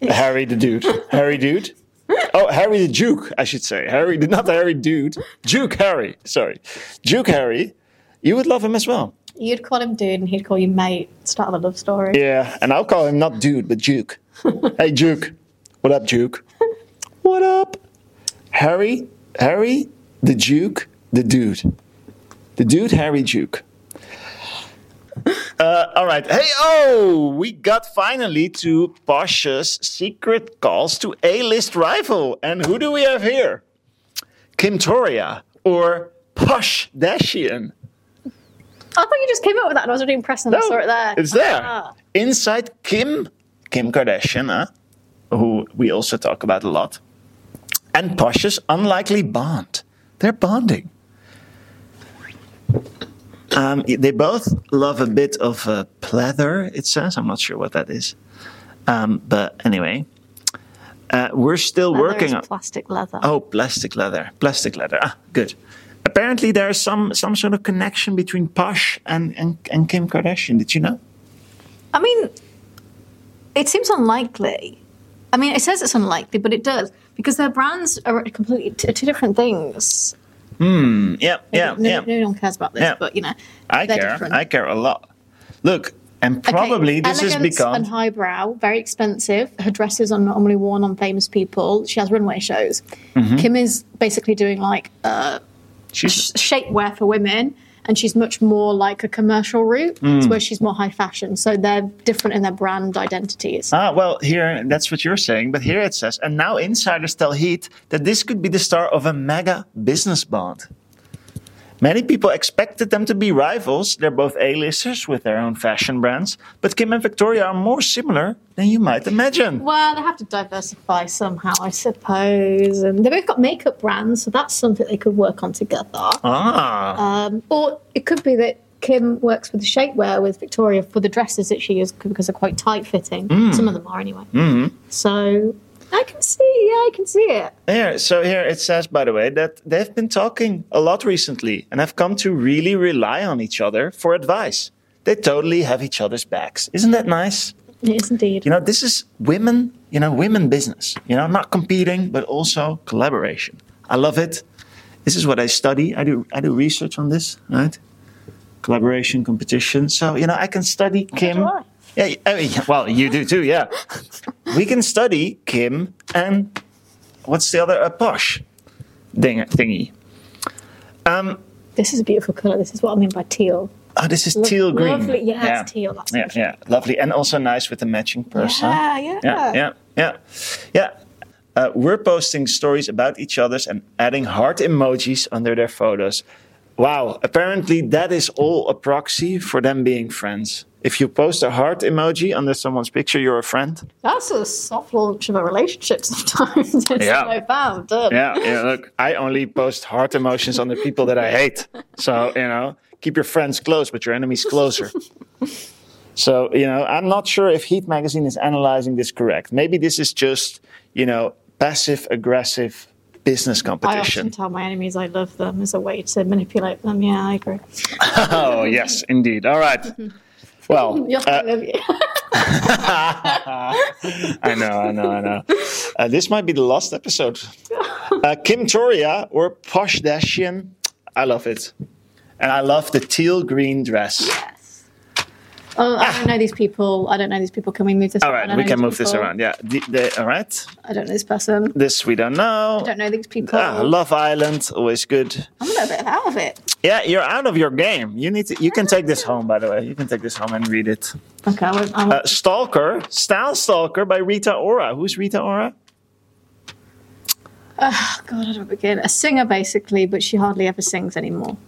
Speaker 1: Harry the dude, Harry dude. Oh, Harry the Duke, I should say. Harry, not Harry dude, Duke Harry. Sorry, Duke Harry. You would love him as well.
Speaker 2: You'd call him dude and he'd call you mate. Start of a love story.
Speaker 1: Yeah, and I'll call him not dude, but Duke. hey, Duke. What up, Duke? What up? Harry, Harry, the Duke, the dude. The dude, Harry Duke. Uh, all right. Hey, oh, we got finally to Posh's secret calls to A list rival. And who do we have here? Kim Toria or Posh Dashian?
Speaker 2: I thought you just came up with that and I was really impressed when I saw it there.
Speaker 1: It's there.
Speaker 2: Ah.
Speaker 1: Inside Kim, Kim Kardashian, huh? who we also talk about a lot, and Posh's unlikely bond. They're bonding. Um, they both love a bit of uh, pleather, it says. I'm not sure what that is. Um, but anyway, uh, we're still
Speaker 2: Leather
Speaker 1: working
Speaker 2: is
Speaker 1: on.
Speaker 2: plastic leather.
Speaker 1: Oh, plastic leather. Plastic leather. Ah, good. Apparently, there's some some sort of connection between Posh and, and, and Kim Kardashian. Did you know?
Speaker 2: I mean, it seems unlikely. I mean, it says it's unlikely, but it does because their brands are completely t- two different things. Hmm.
Speaker 1: Yeah, yeah,
Speaker 2: no,
Speaker 1: yeah.
Speaker 2: no one cares about this,
Speaker 1: Yeah.
Speaker 2: but you know,
Speaker 1: I
Speaker 2: they're
Speaker 1: care.
Speaker 2: Different.
Speaker 1: I care a lot. Look, and
Speaker 2: Okay,
Speaker 1: probably this has
Speaker 2: elegance
Speaker 1: become.
Speaker 2: and highbrow, very expensive. Her dresses are normally worn on famous people. She has runway shows. Kim is basically doing like uh,
Speaker 1: she's,
Speaker 2: sh- shapewear for women, and she's much more like a commercial route, where she's more high fashion. So they're different in their brand identities.
Speaker 1: ah, well, here that's what you're saying, but here it says, and now insiders tell Heat that this could be the start of a mega business bond. Many people expected them to be rivals. They're both A-listers with their own fashion brands, but Kim and Victoria are more similar than you might imagine.
Speaker 2: well, they have to diversify somehow, I suppose. And they both got makeup brands, so that's something they could work on together.
Speaker 1: Ah,
Speaker 2: Um, or it could be that Kim works with the shapewear with Victoria for the dresses that she is because they're quite tight fitting.
Speaker 1: Mm.
Speaker 2: Some of them are anyway.
Speaker 1: Mm-hmm.
Speaker 2: So I can see, yeah, I can see it.
Speaker 1: Here, so here it says, by the way, that they've been talking a lot recently and have come to really rely on each other for advice. They totally have each other's backs. Isn't that nice?
Speaker 2: It is indeed.
Speaker 1: You know, this is women, you know, women business, you know, not competing, but also collaboration. I love it. This is what I study. I do, I do research on this, right? Collaboration, competition. So, you know, I can study Kim.
Speaker 2: do I.
Speaker 1: Yeah, I mean, well, you do too, yeah. we can study Kim and what's the other, a Posh thing, thingy.
Speaker 2: this is a beautiful colour. This is what I mean by teal.
Speaker 1: Oh, this is teal green.
Speaker 2: lovely. Yeah, it's teal, that's
Speaker 1: yeah,
Speaker 2: lovely.
Speaker 1: yeah, lovely, and also nice with the matching purse. huh?
Speaker 2: Yeah, yeah.
Speaker 1: yeah, yeah, yeah. yeah. Uh, we're posting stories about each other's and adding heart emojis under their photos. Wow, apparently that is all a proxy for them being friends. If you post a heart emoji under someone's picture, you're a friend.
Speaker 2: That's a soft launch of a relationship sometimes. it's
Speaker 1: Yeah.
Speaker 2: so found. uh,
Speaker 1: Yeah, yeah, look, I only post heart emotions on the people that I hate. So, you know, keep your friends close, but your enemies closer. So, you know, I'm not sure if Heat Magazine is analyzing this correct. Maybe this is just, you know, passive aggressive business
Speaker 2: I often
Speaker 1: competition.
Speaker 2: tell my enemies I love them as a way to manipulate them. Yeah, I agree.
Speaker 1: Oh, yes, indeed. All right. Well,
Speaker 2: Yeah, I
Speaker 1: uh,
Speaker 2: love you.
Speaker 1: I know, I know, I know. Uh, this might be the last episode. Uh, Kim Toria or Posh Dashian. I love it. And I love the teal green dress.
Speaker 2: Oh, I don't know these people. I don't know these people. Can we move this?
Speaker 1: All
Speaker 2: around? I
Speaker 1: right,
Speaker 2: don't
Speaker 1: we
Speaker 2: know
Speaker 1: can
Speaker 2: these
Speaker 1: move this
Speaker 2: people.
Speaker 1: around. Yeah. The, the, all right.
Speaker 2: I don't know this person.
Speaker 1: This we don't know.
Speaker 2: I don't know these people.
Speaker 1: Ah, Love Island, always good.
Speaker 2: I'm a little bit out of it. Ah.
Speaker 1: Yeah, you're out of your game. You need to. You can take this home, by the way. You can take this home and read it.
Speaker 2: Okay, I won't- I won't-
Speaker 1: Uh, Stalker, Style Stalker by Rita Ora. Who's Rita Ora?
Speaker 2: oh God, I don't begin. A singer, basically, but she hardly ever sings anymore.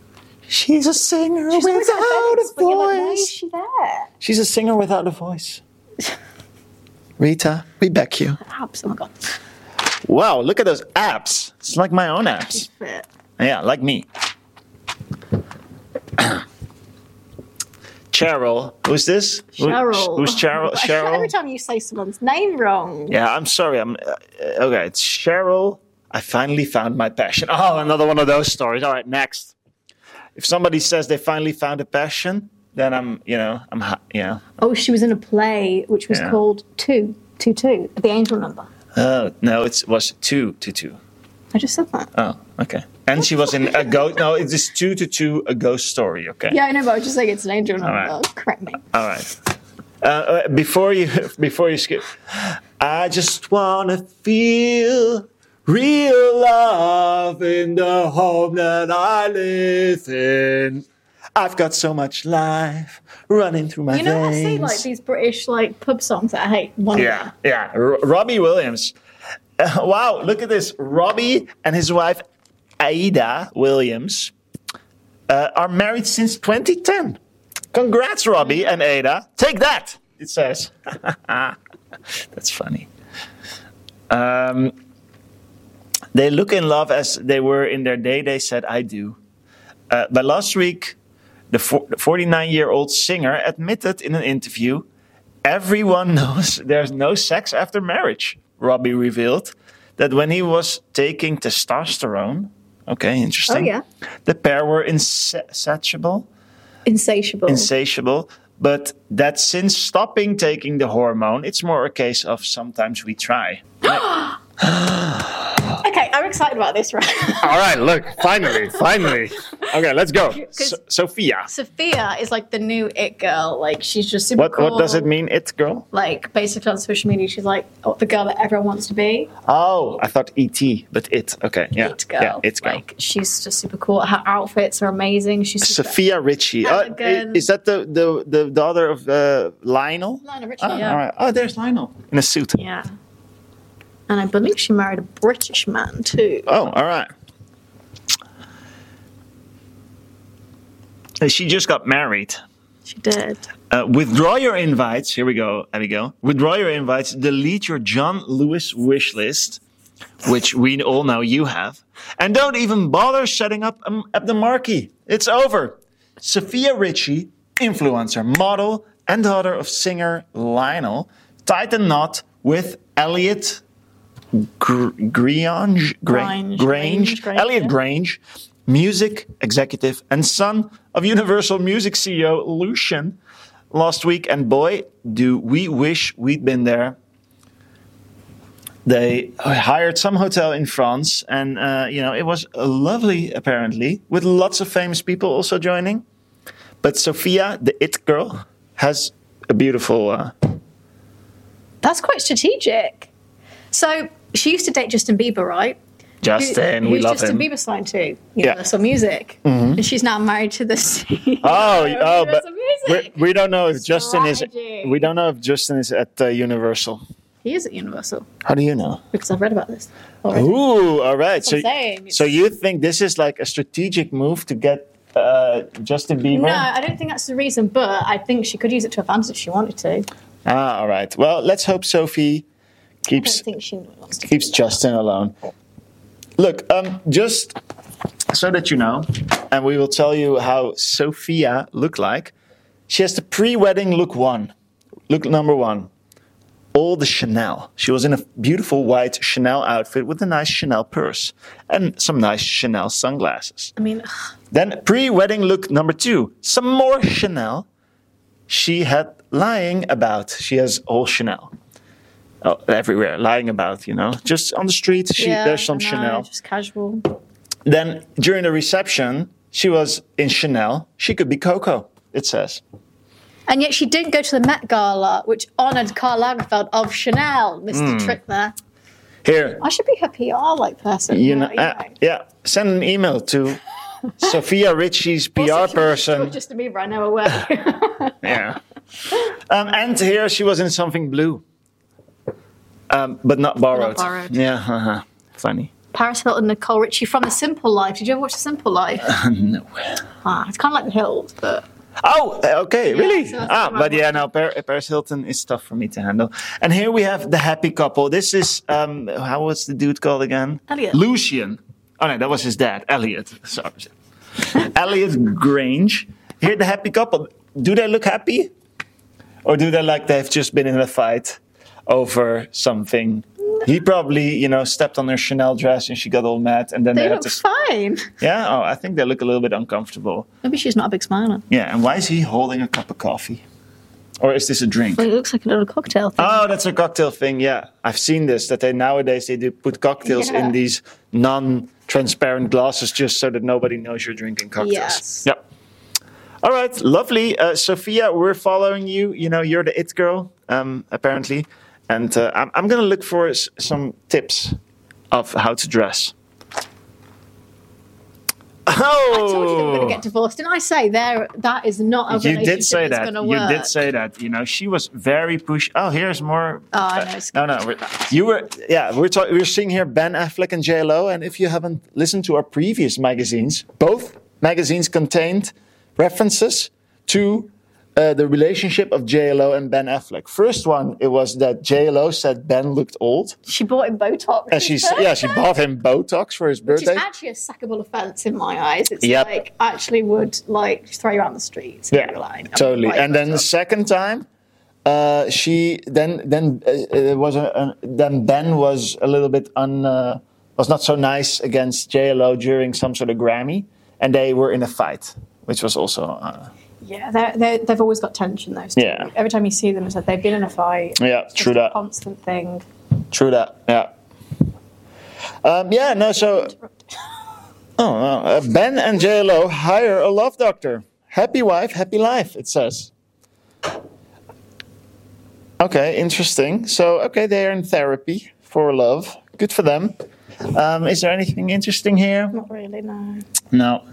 Speaker 1: She's a singer without a
Speaker 2: But you're like, why is
Speaker 1: voice.
Speaker 2: she there?
Speaker 1: She's a singer without a voice. Rita, we back you.
Speaker 2: Abs. Oh my God.
Speaker 1: Wow, look at those apps. It's like my own apps.
Speaker 2: But
Speaker 1: Yeah, like me. Cheryl, who's this? Who-
Speaker 2: Cheryl.
Speaker 1: Who's Cheryl?
Speaker 2: I feel like Every
Speaker 1: Cheryl.
Speaker 2: time you say someone's name wrong.
Speaker 1: Yeah, I'm sorry. I'm uh, uh, okay. It's Cheryl. I finally found my passion. Oh, another one of those stories. All right, next. If somebody says they finally found a passion, then I'm, you know, I'm, ha- yeah.
Speaker 2: Oh, she was in a play which was
Speaker 1: Yeah.
Speaker 2: called Two Two Two, The Angel Number.
Speaker 1: Oh no, it was two to two.
Speaker 2: I just said that.
Speaker 1: Oh, okay. And she was in a ghost. No, it is two to two, a ghost story. Okay.
Speaker 2: Yeah, I know, but I was just saying it's an angel number.
Speaker 1: right.
Speaker 2: Correct me.
Speaker 1: All right. Uh, Uh, before you, before you skip, I just wanna feel real love in the home that I live in. I've got so much life running through my
Speaker 2: You know, I
Speaker 1: veins.
Speaker 2: see like these British like pub songs that I hate. One
Speaker 1: Yeah, yeah. R- Robbie Williams. Uh, wow, look at this. Robbie and his wife Aida Williams uh, are married since 2010. Congrats, Robbie and Ada. Take that, it says. That's funny. Um, they look in love as they were in their day. They said, I do. Uh, but last week, the 49 year old singer admitted in an interview Everyone knows there's no sex after marriage. Robbie revealed that when he was taking testosterone, okay, interesting.
Speaker 2: Oh, yeah.
Speaker 1: The pair were insatiable,
Speaker 2: Insatiable.
Speaker 1: insatiable, but that since stopping taking the hormone, it's more a case of sometimes we try.
Speaker 2: okay, I'm excited about this right
Speaker 1: All right, look, finally, finally. Okay, let's go.
Speaker 2: 'Cause-
Speaker 1: So- Sophia,
Speaker 2: Sophia is like the new it girl. Like she's just super
Speaker 1: what
Speaker 2: cool.
Speaker 1: what does it mean, it girl?
Speaker 2: Like basically on social media, she's like oh, the girl that everyone wants to be.
Speaker 1: Oh, I thought ET, but it. Okay, yeah,
Speaker 2: it girl.
Speaker 1: yeah, it's girl.
Speaker 2: Like she's just super cool. Her outfits are amazing. She's super
Speaker 1: Sophia Ritchie. Oh, i-
Speaker 2: Elegant.
Speaker 1: is that the, the, the daughter of uh, Lionel?
Speaker 2: Lionel Richie,
Speaker 1: Ah,
Speaker 2: yeah.
Speaker 1: all right. Oh, there's Lionel in a suit.
Speaker 2: Yeah. And I believe she married a British man too.
Speaker 1: Oh, all right. Uh, She just got married.
Speaker 2: She did.
Speaker 1: Uh, withdraw your invites. Here we go, Abigail. Withdraw your invites. Delete your John Lewis wish list, which we all know you have. And don't even bother setting up um, at the marquee. It's over. Sophia Ritchie, influencer, model, and daughter of singer Lionel, tied the knot with Elliot Gr- Grange, Grange,
Speaker 2: Grange,
Speaker 1: Grange,
Speaker 2: Grange, Grange,
Speaker 1: Elliot
Speaker 2: yeah.
Speaker 1: Grange, music executive and son of Universal Music CEO Lucian last week, and boy, do we wish we'd been there. They uh, hired some hotel in France, and uh, you know it was lovely, apparently, with lots of famous people also joining. But Sophia, the it girl, has a beautiful. Uh,
Speaker 2: That's quite strategic. So she used to date Justin Bieber, right?
Speaker 1: Justin,
Speaker 2: Who-
Speaker 1: we
Speaker 2: who's
Speaker 1: love
Speaker 2: Justin
Speaker 1: him.
Speaker 2: Bieber signed to
Speaker 1: Yeah. Mm-hmm.
Speaker 2: Universal Music, and she's now married to the CEO
Speaker 1: Oh, oh,
Speaker 2: of Universal
Speaker 1: but we,
Speaker 2: Music.
Speaker 1: we don't know if Justin is.
Speaker 2: Strategy.
Speaker 1: We don't know if Justin is at uh, Universal.
Speaker 2: He is at Universal
Speaker 1: How do you know?
Speaker 2: because I've read about this. already.
Speaker 1: Ooh, all right. So,
Speaker 2: I'm saying.
Speaker 1: so you think this is like a strategic move to get uh, Justin Bieber?
Speaker 2: No, I don't think that's the reason, but I think she could use it to advantage if she wanted to.
Speaker 1: Ah, all right. Well, let's hope Sophie
Speaker 2: I don't
Speaker 1: keeps
Speaker 2: think she wants to.
Speaker 1: keeps Justin alone. Look, um, just so that you know, and we will tell you how Sophia looked like. She has the pre-wedding look one, look number one, all the Chanel. She was in a beautiful white Chanel outfit with a nice Chanel purse and some nice Chanel sunglasses.
Speaker 2: I mean,
Speaker 1: Then pre-wedding look number two, some more Chanel. She had lying about. She has all Chanel. Oh, everywhere, lying about, you know. Just on the street, she,
Speaker 2: yeah,
Speaker 1: there's some
Speaker 2: I know,
Speaker 1: Chanel.
Speaker 2: Just casual.
Speaker 1: Then during the reception, she was in Chanel. She could be Coco, it says.
Speaker 2: And yet she didn't go to the Met Gala, which honoured Karl Lagerfeld of Chanel. Missed
Speaker 1: Hmm.
Speaker 2: the trick there.
Speaker 1: Here,
Speaker 2: I should be her PR like person.
Speaker 1: you know,
Speaker 2: E
Speaker 1: uh, yeah, send an email to Sophia Ritchie's PR person.
Speaker 2: Just to me right now, aware.
Speaker 1: Yeah. Um, and here she was in something blue, um, but not borrowed.
Speaker 2: borrowed.
Speaker 1: Yeah, uh-huh. funny.
Speaker 2: Paris Hilton, Nicole Richie from The Simple Life. Did you ever watch The Simple Life?
Speaker 1: No.
Speaker 2: Ah, it's kind of like The Hills, but
Speaker 1: Oh, uh, okay, really?
Speaker 2: so that's
Speaker 1: ah,
Speaker 2: the wrong
Speaker 1: but yeah,
Speaker 2: one.
Speaker 1: no, Par- Paris Hilton is tough for me to handle. And here we have the happy couple. This is, um, how was the dude called again?
Speaker 2: Elliot.
Speaker 1: Lucian. Oh, no, that was his dad, Elliot. Sorry. Elliot Grange. Here, the happy couple. Do they look happy? Or do they like they've just been in a fight over something? He probably, you know, stepped on her Chanel dress and she got all mad, and then they,
Speaker 2: they
Speaker 1: had
Speaker 2: look
Speaker 1: to.
Speaker 2: fine.
Speaker 1: Yeah, oh, I think they look a little bit uncomfortable.
Speaker 2: Maybe she's not a big smiler.
Speaker 1: Yeah, and why is he holding a cup of coffee? Or is this a drink?
Speaker 2: It looks like a little cocktail thing.
Speaker 1: Oh, that's a cocktail thing. Yeah, I've seen this. That they nowadays they do put cocktails
Speaker 2: Yeah.
Speaker 1: in these non-transparent glasses just so that nobody knows you're drinking cocktails.
Speaker 2: Yes.
Speaker 1: Yep. All right, lovely, uh, Sophia. We're following you. You know, you're the it girl, um, apparently, and uh, I'm, I'm gonna look for s- some tips of how to dress. Oh,
Speaker 2: I told you they were going to get divorced, didn't I say there? That is not a
Speaker 1: you
Speaker 2: relationship
Speaker 1: did say
Speaker 2: that's
Speaker 1: that.
Speaker 2: gonna
Speaker 1: You
Speaker 2: work.
Speaker 1: did say that. You know, she was very push. Oh, here's more.
Speaker 2: Oh, I know, it's-
Speaker 1: no, no. We're, you were, yeah. We're talking. We're seeing here Ben Affleck and J Lo. And if you haven't listened to our previous magazines, both magazines contained references to uh, the relationship of J Lo and Ben Affleck. First one, it was that J Lo said Ben looked old,
Speaker 2: She bought him Botox.
Speaker 1: and she's yeah, she bought him Botox for his
Speaker 2: Which is
Speaker 1: birthday.
Speaker 2: actually a sackable offence in my eyes. It's
Speaker 1: Yep.
Speaker 2: like actually would like throw you out on the streets. if you're lying. I mean,
Speaker 1: totally.
Speaker 2: like,
Speaker 1: And then the
Speaker 2: Botox.
Speaker 1: second time, uh, she then then uh, uh, was a, a, then Ben was a little bit un uh, was not so nice against JLo during some sort of Grammy, and they were in a fight, which was also uh,
Speaker 2: yeah, they're, they're, they've always got tension though. so
Speaker 1: Yeah.
Speaker 2: Every time you see them, it's like they've been in a fight.
Speaker 1: Yeah,
Speaker 2: It's just
Speaker 1: true
Speaker 2: a
Speaker 1: that.
Speaker 2: Constant thing.
Speaker 1: true that yeah. Um, yeah, no, so oh, no, uh, Ben and JLo hire a love doctor. Happy wife, happy life, it says. Okay, interesting. So, okay, they're in therapy for love. Good for them. Um, is there anything interesting here?
Speaker 2: Not really. No.
Speaker 1: No.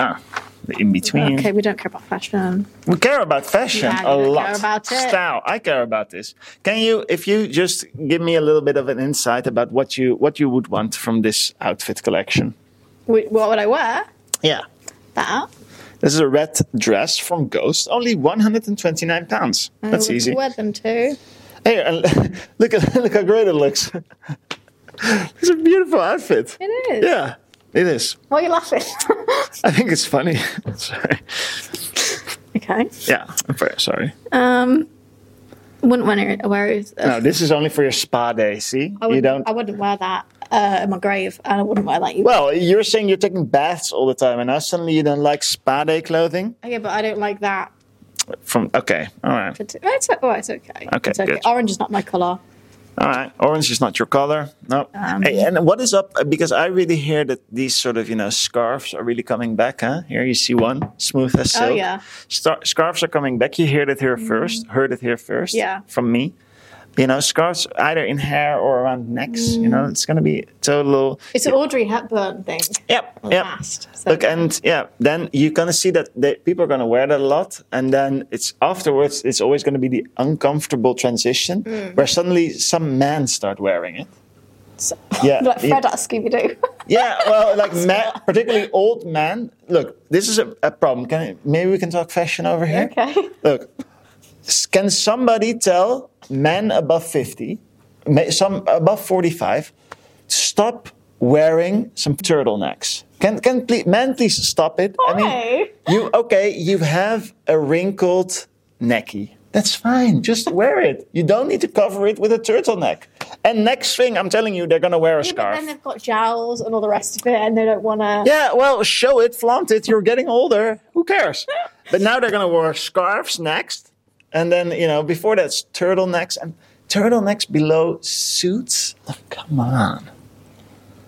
Speaker 1: Ah, the in between.
Speaker 2: Okay, we don't care about fashion.
Speaker 1: We care about fashion
Speaker 2: Yeah,
Speaker 1: a
Speaker 2: you
Speaker 1: lot.
Speaker 2: care about it.
Speaker 1: Style. I care about this. Can you, if you just give me a little bit of an insight about what you what you would want from this outfit collection?
Speaker 2: Wh- What would I wear?
Speaker 1: Yeah.
Speaker 2: That.
Speaker 1: This is a red dress from Ghost, only 129 pounds.
Speaker 2: I
Speaker 1: That's
Speaker 2: would
Speaker 1: easy.
Speaker 2: Wear them too.
Speaker 1: Hey, and look at look how great it looks. it's a beautiful outfit.
Speaker 2: It is.
Speaker 1: Yeah, it is.
Speaker 2: Why are you laughing?
Speaker 1: I think it's funny. sorry.
Speaker 2: okay.
Speaker 1: Yeah, I'm very sorry.
Speaker 2: Um, wouldn't want to wear it.
Speaker 1: No, this is only for your spa day. See,
Speaker 2: uh, I
Speaker 1: you
Speaker 2: wouldn't,
Speaker 1: don't.
Speaker 2: I wouldn't wear that uh, in my grave, and I wouldn't wear that. Either.
Speaker 1: Well, you're saying you're taking baths all the time, and now suddenly you don't like spa day clothing.
Speaker 2: okay, but I don't like that.
Speaker 1: From okay, all right,
Speaker 2: But it's, oh, it's okay.
Speaker 1: Okay,
Speaker 2: It's okay.
Speaker 1: good.
Speaker 2: Orange is not my color.
Speaker 1: all right. Orange is not your color. No.
Speaker 2: Um,
Speaker 1: hey, and what is up? uh, Because I really hear that these sort of you know scarves are really coming back. Huh? Here you see one smooth as
Speaker 2: Oh,
Speaker 1: silk.
Speaker 2: yeah. Mm-hmm.
Speaker 1: Star- scarves are coming back. You heard it here first. Heard it here first.
Speaker 2: Yeah.
Speaker 1: From me. you know, scarves either in hair or around necks. You
Speaker 2: Mm.
Speaker 1: know, it's going to be total.
Speaker 2: It's an Audrey Hepburn thing.
Speaker 1: Yep.
Speaker 2: Or
Speaker 1: Yep.
Speaker 2: Last. So-
Speaker 1: Look, and yeah, then you're gonna see that they, people are gonna wear that a lot, and then it's afterwards. It's always gonna be the uncomfortable transition where suddenly some men start wearing it.
Speaker 2: Mm. so-
Speaker 1: Yeah,
Speaker 2: like
Speaker 1: you-
Speaker 2: Fred at Scooby Doo.
Speaker 1: Yeah, well, like men, particularly old men. Look, this is a, a problem. Can I, maybe we can talk fashion over here?
Speaker 2: okay.
Speaker 1: Look, s- can somebody tell men above fifty, ma- some above forty-five, stop wearing some turtlenecks? Can can please, men please stop it? I mean,
Speaker 2: Why?
Speaker 1: you okay? You have a wrinkled necky. That's fine. Just wear it. You don't need to cover it with a turtleneck. And next thing, I'm telling you, they're gonna wear a
Speaker 2: Yeah,
Speaker 1: scarf.
Speaker 2: but then they've got jowls and all the rest of it, and they don't want to.
Speaker 1: Yeah, well, show it, flaunt it. You're getting older. Who cares? But now they're going to wear scarves next. And then, you know, before that's turtlenecks and turtlenecks below suits. Oh, come on.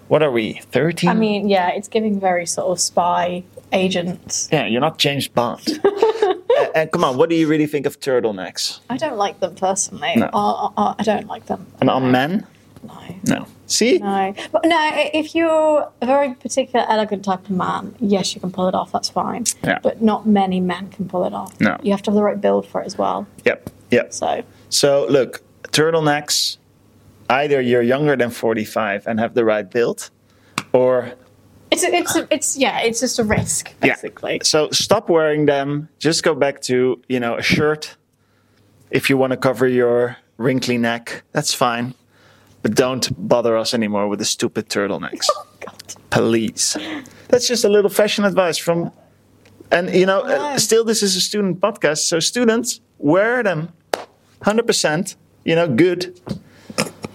Speaker 1: What are we, 13?
Speaker 2: I mean, yeah, it's giving very sort of spy agent.
Speaker 1: yeah, you're not James Bond. and, and come on, what do you really think of turtlenecks?
Speaker 2: I don't like them personally.
Speaker 1: No.
Speaker 2: I, I, I don't like them.
Speaker 1: And on men?
Speaker 2: No.
Speaker 1: No. See?
Speaker 2: No, but no. i- If you're a very particular, elegant type of man, yes, you can pull it off. That's fine.
Speaker 1: Yeah.
Speaker 2: But not many men can pull it off.
Speaker 1: No.
Speaker 2: you have to have the right build for it as well.
Speaker 1: Yep, yep.
Speaker 2: So
Speaker 1: So look, turtlenecks. Either you're younger than 45 and have the right build, or
Speaker 2: it's a, it's a, it's yeah, it's just a risk
Speaker 1: Yeah.
Speaker 2: basically.
Speaker 1: So stop wearing them. Just go back to you know a shirt. If you want to cover your wrinkly neck, that's fine. But don't bother us anymore with the stupid turtlenecks,
Speaker 2: Oh, God.
Speaker 1: please. That's just a little fashion advice from, and you know, uh,
Speaker 2: No.
Speaker 1: still this is a student podcast, so students wear them, hundred percent. You know, good.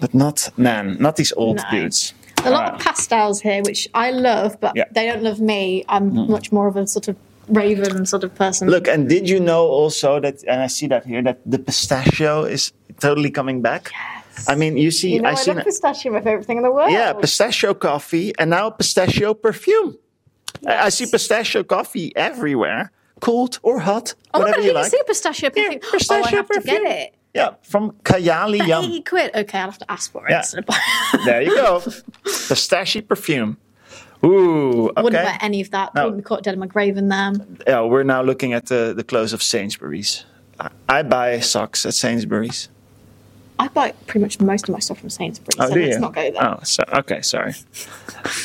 Speaker 1: But not man, not these old
Speaker 2: No.
Speaker 1: dudes.
Speaker 2: A lot of pastels here, which I love, but
Speaker 1: Yeah.
Speaker 2: they don't love me. I'm
Speaker 1: Mm.
Speaker 2: much more of a sort of raven sort of person.
Speaker 1: Look, and did you know also that, and I see that here, that the pistachio is totally coming back? Yes. I mean, you see,
Speaker 2: you know, I,
Speaker 1: I see,
Speaker 2: love pistachio, my favorite thing in the world.
Speaker 1: yeah, pistachio coffee and now pistachio perfume. I, I see pistachio coffee everywhere, cold or hot,
Speaker 2: Oh my
Speaker 1: whatever
Speaker 2: God,
Speaker 1: you
Speaker 2: I
Speaker 1: like.
Speaker 2: see pistachio perfume.
Speaker 1: Yeah, pistachio
Speaker 2: oh, I have to
Speaker 1: perfume.
Speaker 2: get it.
Speaker 1: Yeah, from Kayali
Speaker 2: But
Speaker 1: Yum.
Speaker 2: 80 quid. Okay, I'll have to ask for it.
Speaker 1: Yeah.
Speaker 2: So-
Speaker 1: There you go. pistachio perfume. Ooh, okay.
Speaker 2: Wouldn't wear any of that.
Speaker 1: No.
Speaker 2: Wouldn't be caught dead in my grave in them.
Speaker 1: yeah, we're now looking at the, the clothes of Sainsbury's. I, I buy socks at Sainsbury's.
Speaker 2: I buy pretty much most of my stuff from Sainsbury's.
Speaker 1: Oh,
Speaker 2: so
Speaker 1: do
Speaker 2: let's
Speaker 1: you?
Speaker 2: not go there.
Speaker 1: Oh, so, okay, sorry.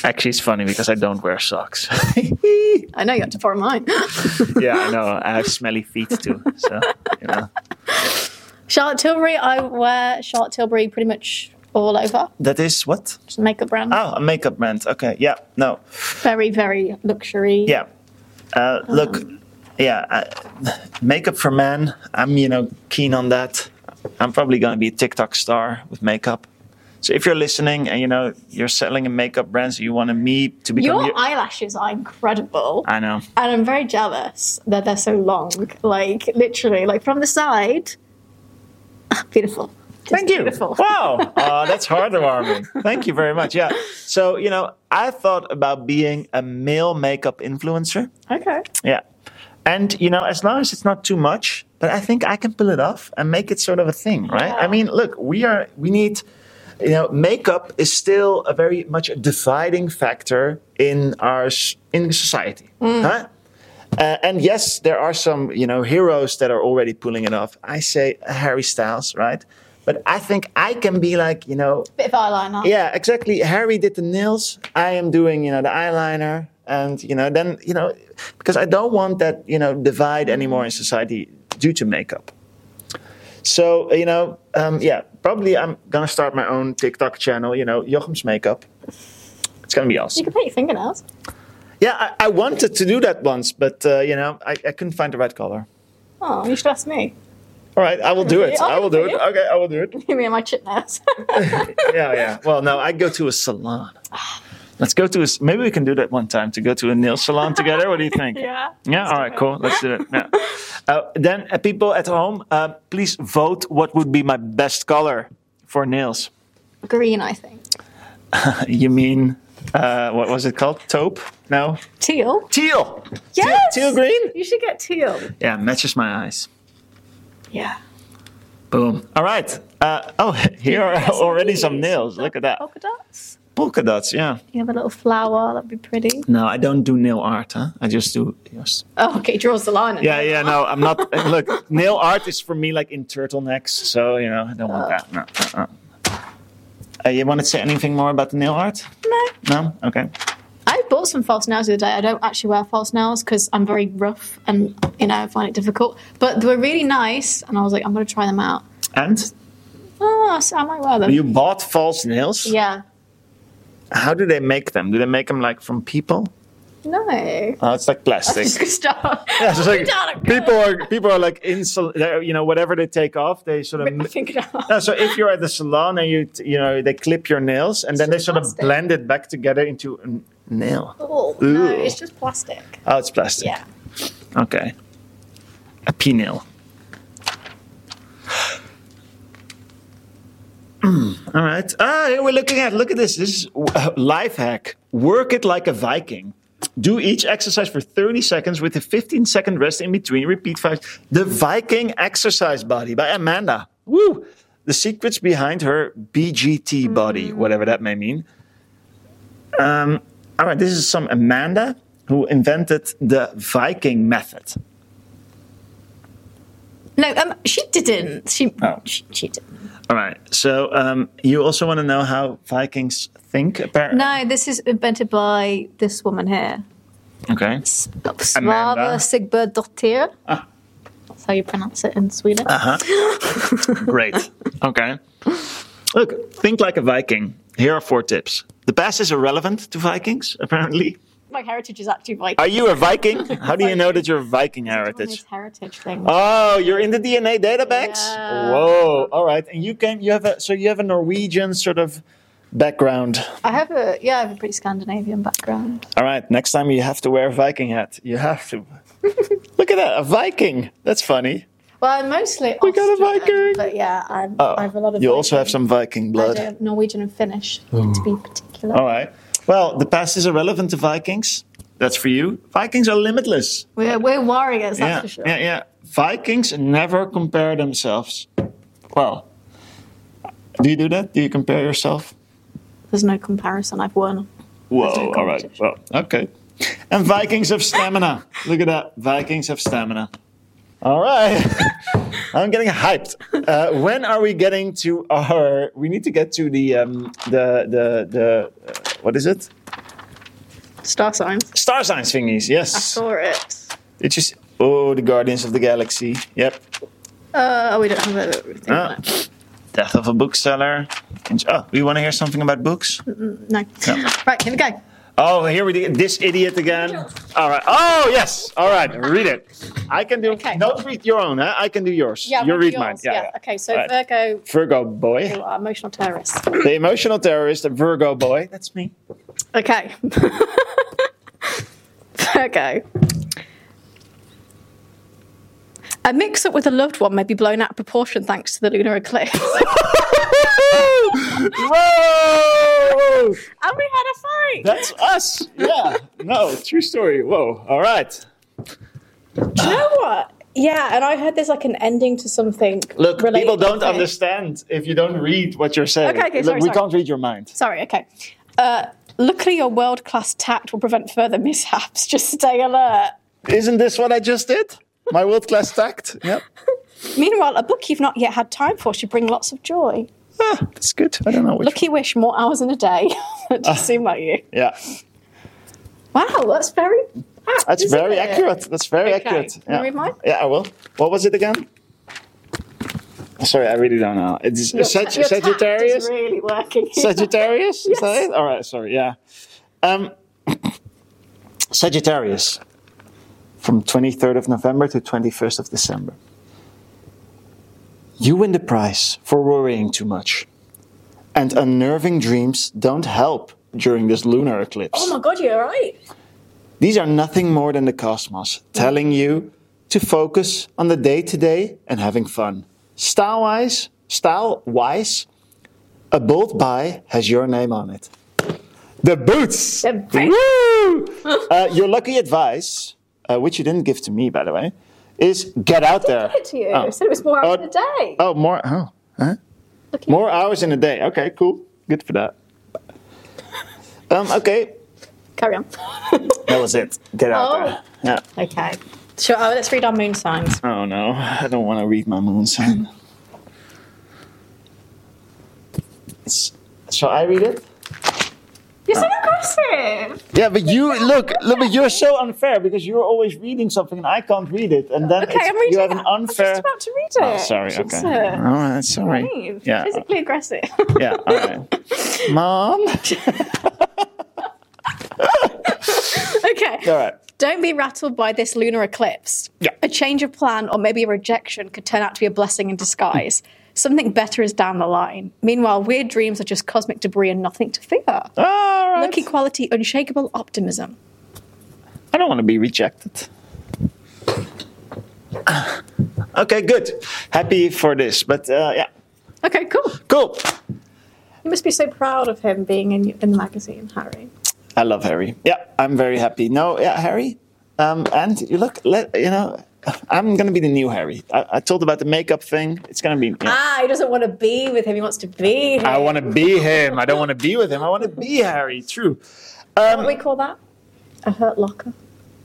Speaker 1: Actually, it's funny because I don't wear socks.
Speaker 2: I know you had to borrow mine.
Speaker 1: yeah, I know. I have smelly feet too. So, you know.
Speaker 2: Charlotte Tilbury, I wear Charlotte Tilbury pretty much all over.
Speaker 1: That is what?
Speaker 2: It's a makeup brand.
Speaker 1: Oh, a makeup brand. Okay, yeah, no,
Speaker 2: Very, very luxury.
Speaker 1: yeah. Uh, look, yeah, I, makeup for men. I'm, you know, keen on that. I'm probably going to be a TikTok star with makeup. So if you're listening and you know you're selling a makeup brand, so you want me to become
Speaker 2: Your
Speaker 1: your-
Speaker 2: eyelashes are incredible.
Speaker 1: I know.
Speaker 2: and I'm very jealous that they're so long. Like, literally, like from the side. Ah, Beautiful. Just
Speaker 1: Thank you.
Speaker 2: Beautiful.
Speaker 1: Wow, uh, that's heartwarming. Thank you very much. Yeah. So you know, I thought about being a male makeup influencer.
Speaker 2: Okay.
Speaker 1: Yeah, and you know, as long as it's not too much, but I think I can pull it off and make it sort of a thing, right?
Speaker 2: Yeah.
Speaker 1: I mean, look, we are we need. You know, makeup is still a very much a dividing factor in our s- in society, huh? Uh, and yes, there are some you know heroes that are already pulling it off. I say Harry Styles, right? But I think I can be like you know,
Speaker 2: Bit of eyeliner.
Speaker 1: yeah, exactly. Harry did the nails. I am doing you know the eyeliner, and you know then you know because I don't want that you know divide anymore in society due to makeup. So you know, um, yeah, probably I'm gonna start my own TikTok channel. You know, Jochem's makeup. It's gonna be awesome.
Speaker 2: You can paint your fingernails.
Speaker 1: Yeah, I, I wanted to do that once, but uh, you know, I, I couldn't find the right color.
Speaker 2: Oh, you should ask me.
Speaker 1: All right, I will do it.
Speaker 2: Yeah, I'll
Speaker 1: I will do it.
Speaker 2: do it.
Speaker 1: Okay, I will do it.
Speaker 2: Give me my chip nails.
Speaker 1: Yeah, yeah. Well, no, I go to a salon. Let's go to a. s- Maybe we can do that one time to go to a nail salon together. What do you think?
Speaker 2: yeah.
Speaker 1: Yeah. All right. Cool. Let's do it. Yeah. Uh, then, uh, people at home, uh, please vote. What would be my best color for nails?
Speaker 2: Green, I think.
Speaker 1: You mean uh, what was it called? Taupe? No.
Speaker 2: Teal.
Speaker 1: Teal.
Speaker 2: Yes.
Speaker 1: Teal green.
Speaker 2: You should get teal.
Speaker 1: Yeah, matches my eyes.
Speaker 2: Yeah.
Speaker 1: Boom. All right. Uh, oh, here are
Speaker 2: Yes,
Speaker 1: already
Speaker 2: please.
Speaker 1: some nails. Look at that.
Speaker 2: Polka dots.
Speaker 1: Polka dots, yeah.
Speaker 2: You have a little flower. That'd be pretty.
Speaker 1: No, I don't do nail art, huh? I just do. Yes.
Speaker 2: Oh, okay. Draws the line. in
Speaker 1: Yeah,
Speaker 2: there.
Speaker 1: yeah, no, I'm not. Look, nail art is for me like in turtlenecks, so, you know, I don't want
Speaker 2: Oh.
Speaker 1: that. No, uh-uh. uh, you want to say anything more about the nail art?
Speaker 2: No.
Speaker 1: No? Okay.
Speaker 2: I bought some false nails the other day. I don't actually wear false nails because I'm very rough and you know I find it difficult. But they were really nice, and I was like, I'm gonna try them out.
Speaker 1: And
Speaker 2: Oh, so I might wear them.
Speaker 1: you bought false nails?
Speaker 2: yeah.
Speaker 1: How do they make them? Do they make them like from people?
Speaker 2: No.
Speaker 1: Oh, it's like plastic.
Speaker 2: Just gonna stop.
Speaker 1: Yeah, so it's
Speaker 2: Not a
Speaker 1: like
Speaker 2: good-
Speaker 1: people are people are like insul- they're, you know whatever they take off they sort
Speaker 2: Rip my
Speaker 1: of
Speaker 2: finger off.
Speaker 1: No, so if you're at the salon and you t- you know they clip your nails and then they
Speaker 2: It's
Speaker 1: sort of
Speaker 2: plastic.
Speaker 1: blend it back together into a n- nail.
Speaker 2: Oh, no,
Speaker 1: Ooh.
Speaker 2: it's just plastic.
Speaker 1: Oh, it's plastic.
Speaker 2: Yeah.
Speaker 1: Okay. A pea nail. Mm, All right. Ah, here we're looking at. Look at this. This is uh, life hack. Work it like a Viking. Do each exercise for 30 seconds with a 15 second rest in between. Repeat five. The Viking Exercise Body by Amanda. Woo! The secrets behind her BGT body, whatever that may mean. All right, this is some Amanda who invented the Viking method.
Speaker 2: No, um, she didn't. She,
Speaker 1: Oh.
Speaker 2: she, she didn't.
Speaker 1: All right. So um, you also want to know how Vikings think, apparently.
Speaker 2: No, this is invented by this woman here,
Speaker 1: Okay.
Speaker 2: S- Svava Sigberdottir. That's how you pronounce it in Sweden.
Speaker 1: Great. okay. Look, think like a Viking. Here are four tips. The past is irrelevant to Vikings, apparently.
Speaker 2: My heritage is actually Viking.
Speaker 1: Are you a Viking? How do you know that you're a Viking heritage?
Speaker 2: Heritage. heritage thing.
Speaker 1: Oh, you're in the DNA database.
Speaker 2: Yeah.
Speaker 1: Whoa! All right, and you came. You have a so you have a Norwegian sort of background.
Speaker 2: I have a yeah, I have a pretty Scandinavian background.
Speaker 1: All right, next time you have to wear a Viking hat. You have to. Look at that, a Viking. That's funny.
Speaker 2: Well, I'm mostly
Speaker 1: We got a
Speaker 2: Austrian,
Speaker 1: Viking.
Speaker 2: but yeah, I'm,
Speaker 1: Oh,
Speaker 2: I have a lot of.
Speaker 1: you also have
Speaker 2: Viking.
Speaker 1: some Viking
Speaker 2: I
Speaker 1: blood.
Speaker 2: do have Norwegian and Finnish to be particular.
Speaker 1: All right. Well, the past is irrelevant to Vikings. That's for you. Vikings are limitless.
Speaker 2: We're we're warriors, that's
Speaker 1: yeah,
Speaker 2: for sure.
Speaker 1: yeah, yeah. Vikings never compare themselves. Well, do you do that? Do you compare yourself?
Speaker 2: There's no comparison. I've won.
Speaker 1: Whoa!
Speaker 2: no
Speaker 1: all right. Well, okay. And Vikings have stamina. Look at that. Vikings have stamina. All right. I'm getting hyped. Uh, when are we getting to our? We need to get to the um, the the the uh, what is it?
Speaker 2: Star signs.
Speaker 1: Star signs thingies.
Speaker 2: I
Speaker 1: Yes.
Speaker 2: saw it.
Speaker 1: It's just oh, the Guardians of the Galaxy. Yep.
Speaker 2: Uh, we don't have everything.
Speaker 1: Ah.
Speaker 2: on it.
Speaker 1: Death of a bookseller. And- Oh, we want to hear something about books.
Speaker 2: No. Right, here we go.
Speaker 1: Oh, here we go. This idiot again. All right. Oh, yes. All right. Read it. I can do.
Speaker 2: Okay.
Speaker 1: Don't read your own. Huh? I can do yours. you read mine. Yeah. yeah.
Speaker 2: Okay. So
Speaker 1: All right.
Speaker 2: Virgo,
Speaker 1: Virgo boy,
Speaker 2: you are emotional terrorist.
Speaker 1: the emotional terrorist, the Virgo boy. That's me.
Speaker 2: Okay. Virgo. A mix up with a loved one may be blown out of proportion thanks to the lunar eclipse.
Speaker 1: Whoa!
Speaker 2: and we had a fight.
Speaker 1: That's us. Yeah. No, true story. Whoa. All right.
Speaker 2: Do you know what? Yeah, and I heard there's like an ending to something.
Speaker 1: Look,
Speaker 2: related
Speaker 1: people
Speaker 2: to
Speaker 1: don't
Speaker 2: it.
Speaker 1: understand if you don't read what you're saying.
Speaker 2: Okay, okay,
Speaker 1: Look,
Speaker 2: sorry,
Speaker 1: we
Speaker 2: sorry.
Speaker 1: can't read your mind.
Speaker 2: Sorry, okay. Uh, luckily, your world class tact will prevent further mishaps. Just stay alert.
Speaker 1: Isn't this what I just did? My world class tact. Yep.
Speaker 2: Meanwhile, a book you've not yet had time for should bring lots of joy.
Speaker 1: Ah, that's good. I don't know which.
Speaker 2: Lucky wish more hours in a day. It
Speaker 1: Ah.
Speaker 2: just seem like you.
Speaker 1: Yeah.
Speaker 2: Wow, that's very. apt,
Speaker 1: That's
Speaker 2: isn't
Speaker 1: very
Speaker 2: it?
Speaker 1: accurate. That's very
Speaker 2: Okay.
Speaker 1: accurate.
Speaker 2: Can you read mine?
Speaker 1: Yeah, I will. What was it again? Sorry, I really don't know. It's
Speaker 2: Your
Speaker 1: Sag-
Speaker 2: ta- your tact
Speaker 1: Sagittarius.
Speaker 2: is really working. here.
Speaker 1: Sagittarius. Is that
Speaker 2: Yes.
Speaker 1: it? All right. Sorry. Yeah. Um, Sagittarius, from 23rd of November to 21st of December. You win the prize for worrying too much, and unnerving dreams don't help during this lunar eclipse.
Speaker 2: Oh my god, you're right.
Speaker 1: These are nothing more than the cosmos telling you to focus on the day to day and having fun. Style wise, style wise, a bold buy has your name on it. The boots.
Speaker 2: The boots.
Speaker 1: Woo! Uh, your lucky advice, uh, which you didn't give to me, by the way, is get out there.
Speaker 2: I did it to you.
Speaker 1: Oh.
Speaker 2: I said it was more
Speaker 1: Oh.
Speaker 2: hours a day.
Speaker 1: Oh, more. Oh, huh?
Speaker 2: Look at
Speaker 1: more hours in a day. Okay, cool. Good for that. Um, okay,
Speaker 2: you. Carry on.
Speaker 1: that was it. Get out
Speaker 2: Oh.
Speaker 1: there. Yeah.
Speaker 2: okay. Sure. Oh, let's read our moon signs.
Speaker 1: Oh no, I don't want to read my moon sign. It's- Shall I read it?
Speaker 2: You're so aggressive.
Speaker 1: Yeah, but you look, look, but you're so unfair because you're always reading something and I can't read it, and then
Speaker 2: Okay,
Speaker 1: it's-
Speaker 2: I'm reading.
Speaker 1: you have
Speaker 2: it.
Speaker 1: an
Speaker 2: I was
Speaker 1: unfair.
Speaker 2: just about to read it. uh,
Speaker 1: Oh, sorry.
Speaker 2: Jesus.
Speaker 1: Okay. Oh, All right. Sorry.
Speaker 2: Brave.
Speaker 1: Yeah.
Speaker 2: Physically aggressive.
Speaker 1: Yeah. All right. Mom.
Speaker 2: okay.
Speaker 1: All right.
Speaker 2: Don't be rattled by this lunar eclipse.
Speaker 1: Yeah.
Speaker 2: A change of plan or maybe a rejection could turn out to be a blessing in disguise. Something better is down the line. Meanwhile, weird dreams are just cosmic debris and nothing to fear.
Speaker 1: All right.
Speaker 2: Lucky quality, unshakable optimism.
Speaker 1: I don't want to be rejected. Okay, good. Happy for this, but uh, yeah,
Speaker 2: Okay, cool.
Speaker 1: cool.
Speaker 2: You must be so proud of him being in, in the magazine, Harry.
Speaker 1: I love Harry. Yeah, I'm very happy. No, yeah, Harry. Um, and you look, let, you know, I'm gonna be the new Harry. I, I told about the makeup thing. It's gonna be. yeah.
Speaker 2: Ah, he doesn't want to be with him. He wants to be. Him.
Speaker 1: I want to be him. I don't want to be with him. I want to be Harry. True. Um,
Speaker 2: What do we call that? A hurt locker.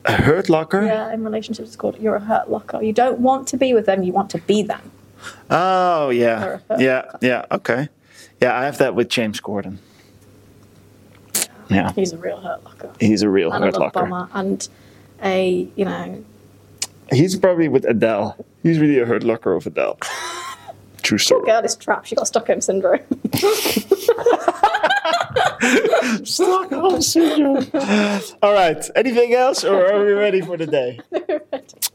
Speaker 1: a hurt locker.
Speaker 2: Yeah, in relationships, it's called you're a hurt locker. You don't want to be with them. You want to be them.
Speaker 1: Oh yeah,
Speaker 2: Or a hurt
Speaker 1: yeah, yeah. Okay, yeah. I have that with James Gordon. Yeah,
Speaker 2: He's a real hurt locker.
Speaker 1: he's a real
Speaker 2: and a
Speaker 1: hurt
Speaker 2: love
Speaker 1: locker.
Speaker 2: bomber and a you know
Speaker 1: He's probably with Adele. He's really a hurt locker of Adele. True story.
Speaker 2: girl is trapped. She got Stockholm syndrome.
Speaker 1: Stockholm syndrome. All right. Anything else, or are we ready for the day?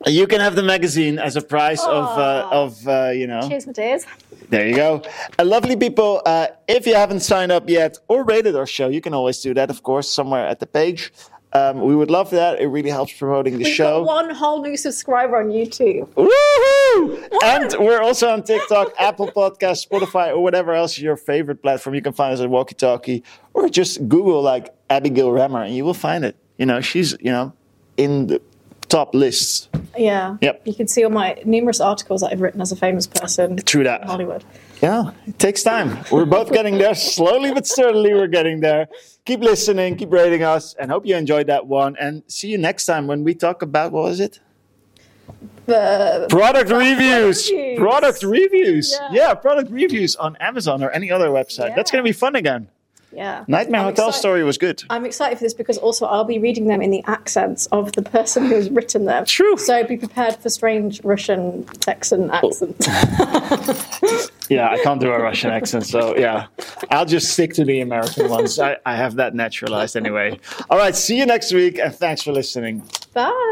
Speaker 1: You can have the magazine as a prize of uh,
Speaker 2: Aw.
Speaker 1: of uh, you know.
Speaker 2: Cheers, my dears.
Speaker 1: There you go. Uh, lovely people, uh, if you haven't signed up yet or rated our show, you can always do that, of course, somewhere at the page. Um, we would love that. It really helps promoting the
Speaker 2: We've
Speaker 1: show.
Speaker 2: got one whole new subscriber on YouTube.
Speaker 1: Woohoo! And we're also on TikTok, Apple Podcast, Spotify, or whatever else your favorite platform. You can find us at Walkie Talkie or just Google like Abigail Rammer and you will find it. You know, she's, you know, in the top lists.
Speaker 2: Yeah.
Speaker 1: Yep.
Speaker 2: You can see all my numerous articles that I've written as a famous person.
Speaker 1: True that.
Speaker 2: In Hollywood.
Speaker 1: Yeah, it takes time. We're both getting there slowly but certainly. We're getting there. Keep listening, keep rating us, and hope you enjoyed that one. And see you next time when we talk about what was it?
Speaker 2: But
Speaker 1: Product reviews.
Speaker 2: reviews.
Speaker 1: Product reviews.
Speaker 2: Yeah.
Speaker 1: Yeah, product reviews on Amazon or any other website. That's
Speaker 2: Yeah.
Speaker 1: going to be fun again.
Speaker 2: yeah.
Speaker 1: Nightmare
Speaker 2: I'm
Speaker 1: Hotel
Speaker 2: excited-
Speaker 1: Story was good.
Speaker 2: I'm excited for this because also I'll be reading them in the accents of the person who's written them.
Speaker 1: True.
Speaker 2: So be prepared for strange Russian Texan accents.
Speaker 1: Yeah, I can't do a Russian accent, so yeah. I'll just stick to the American ones. I, I have that naturalized anyway. All right, see you next week, and thanks for listening.
Speaker 2: Bye.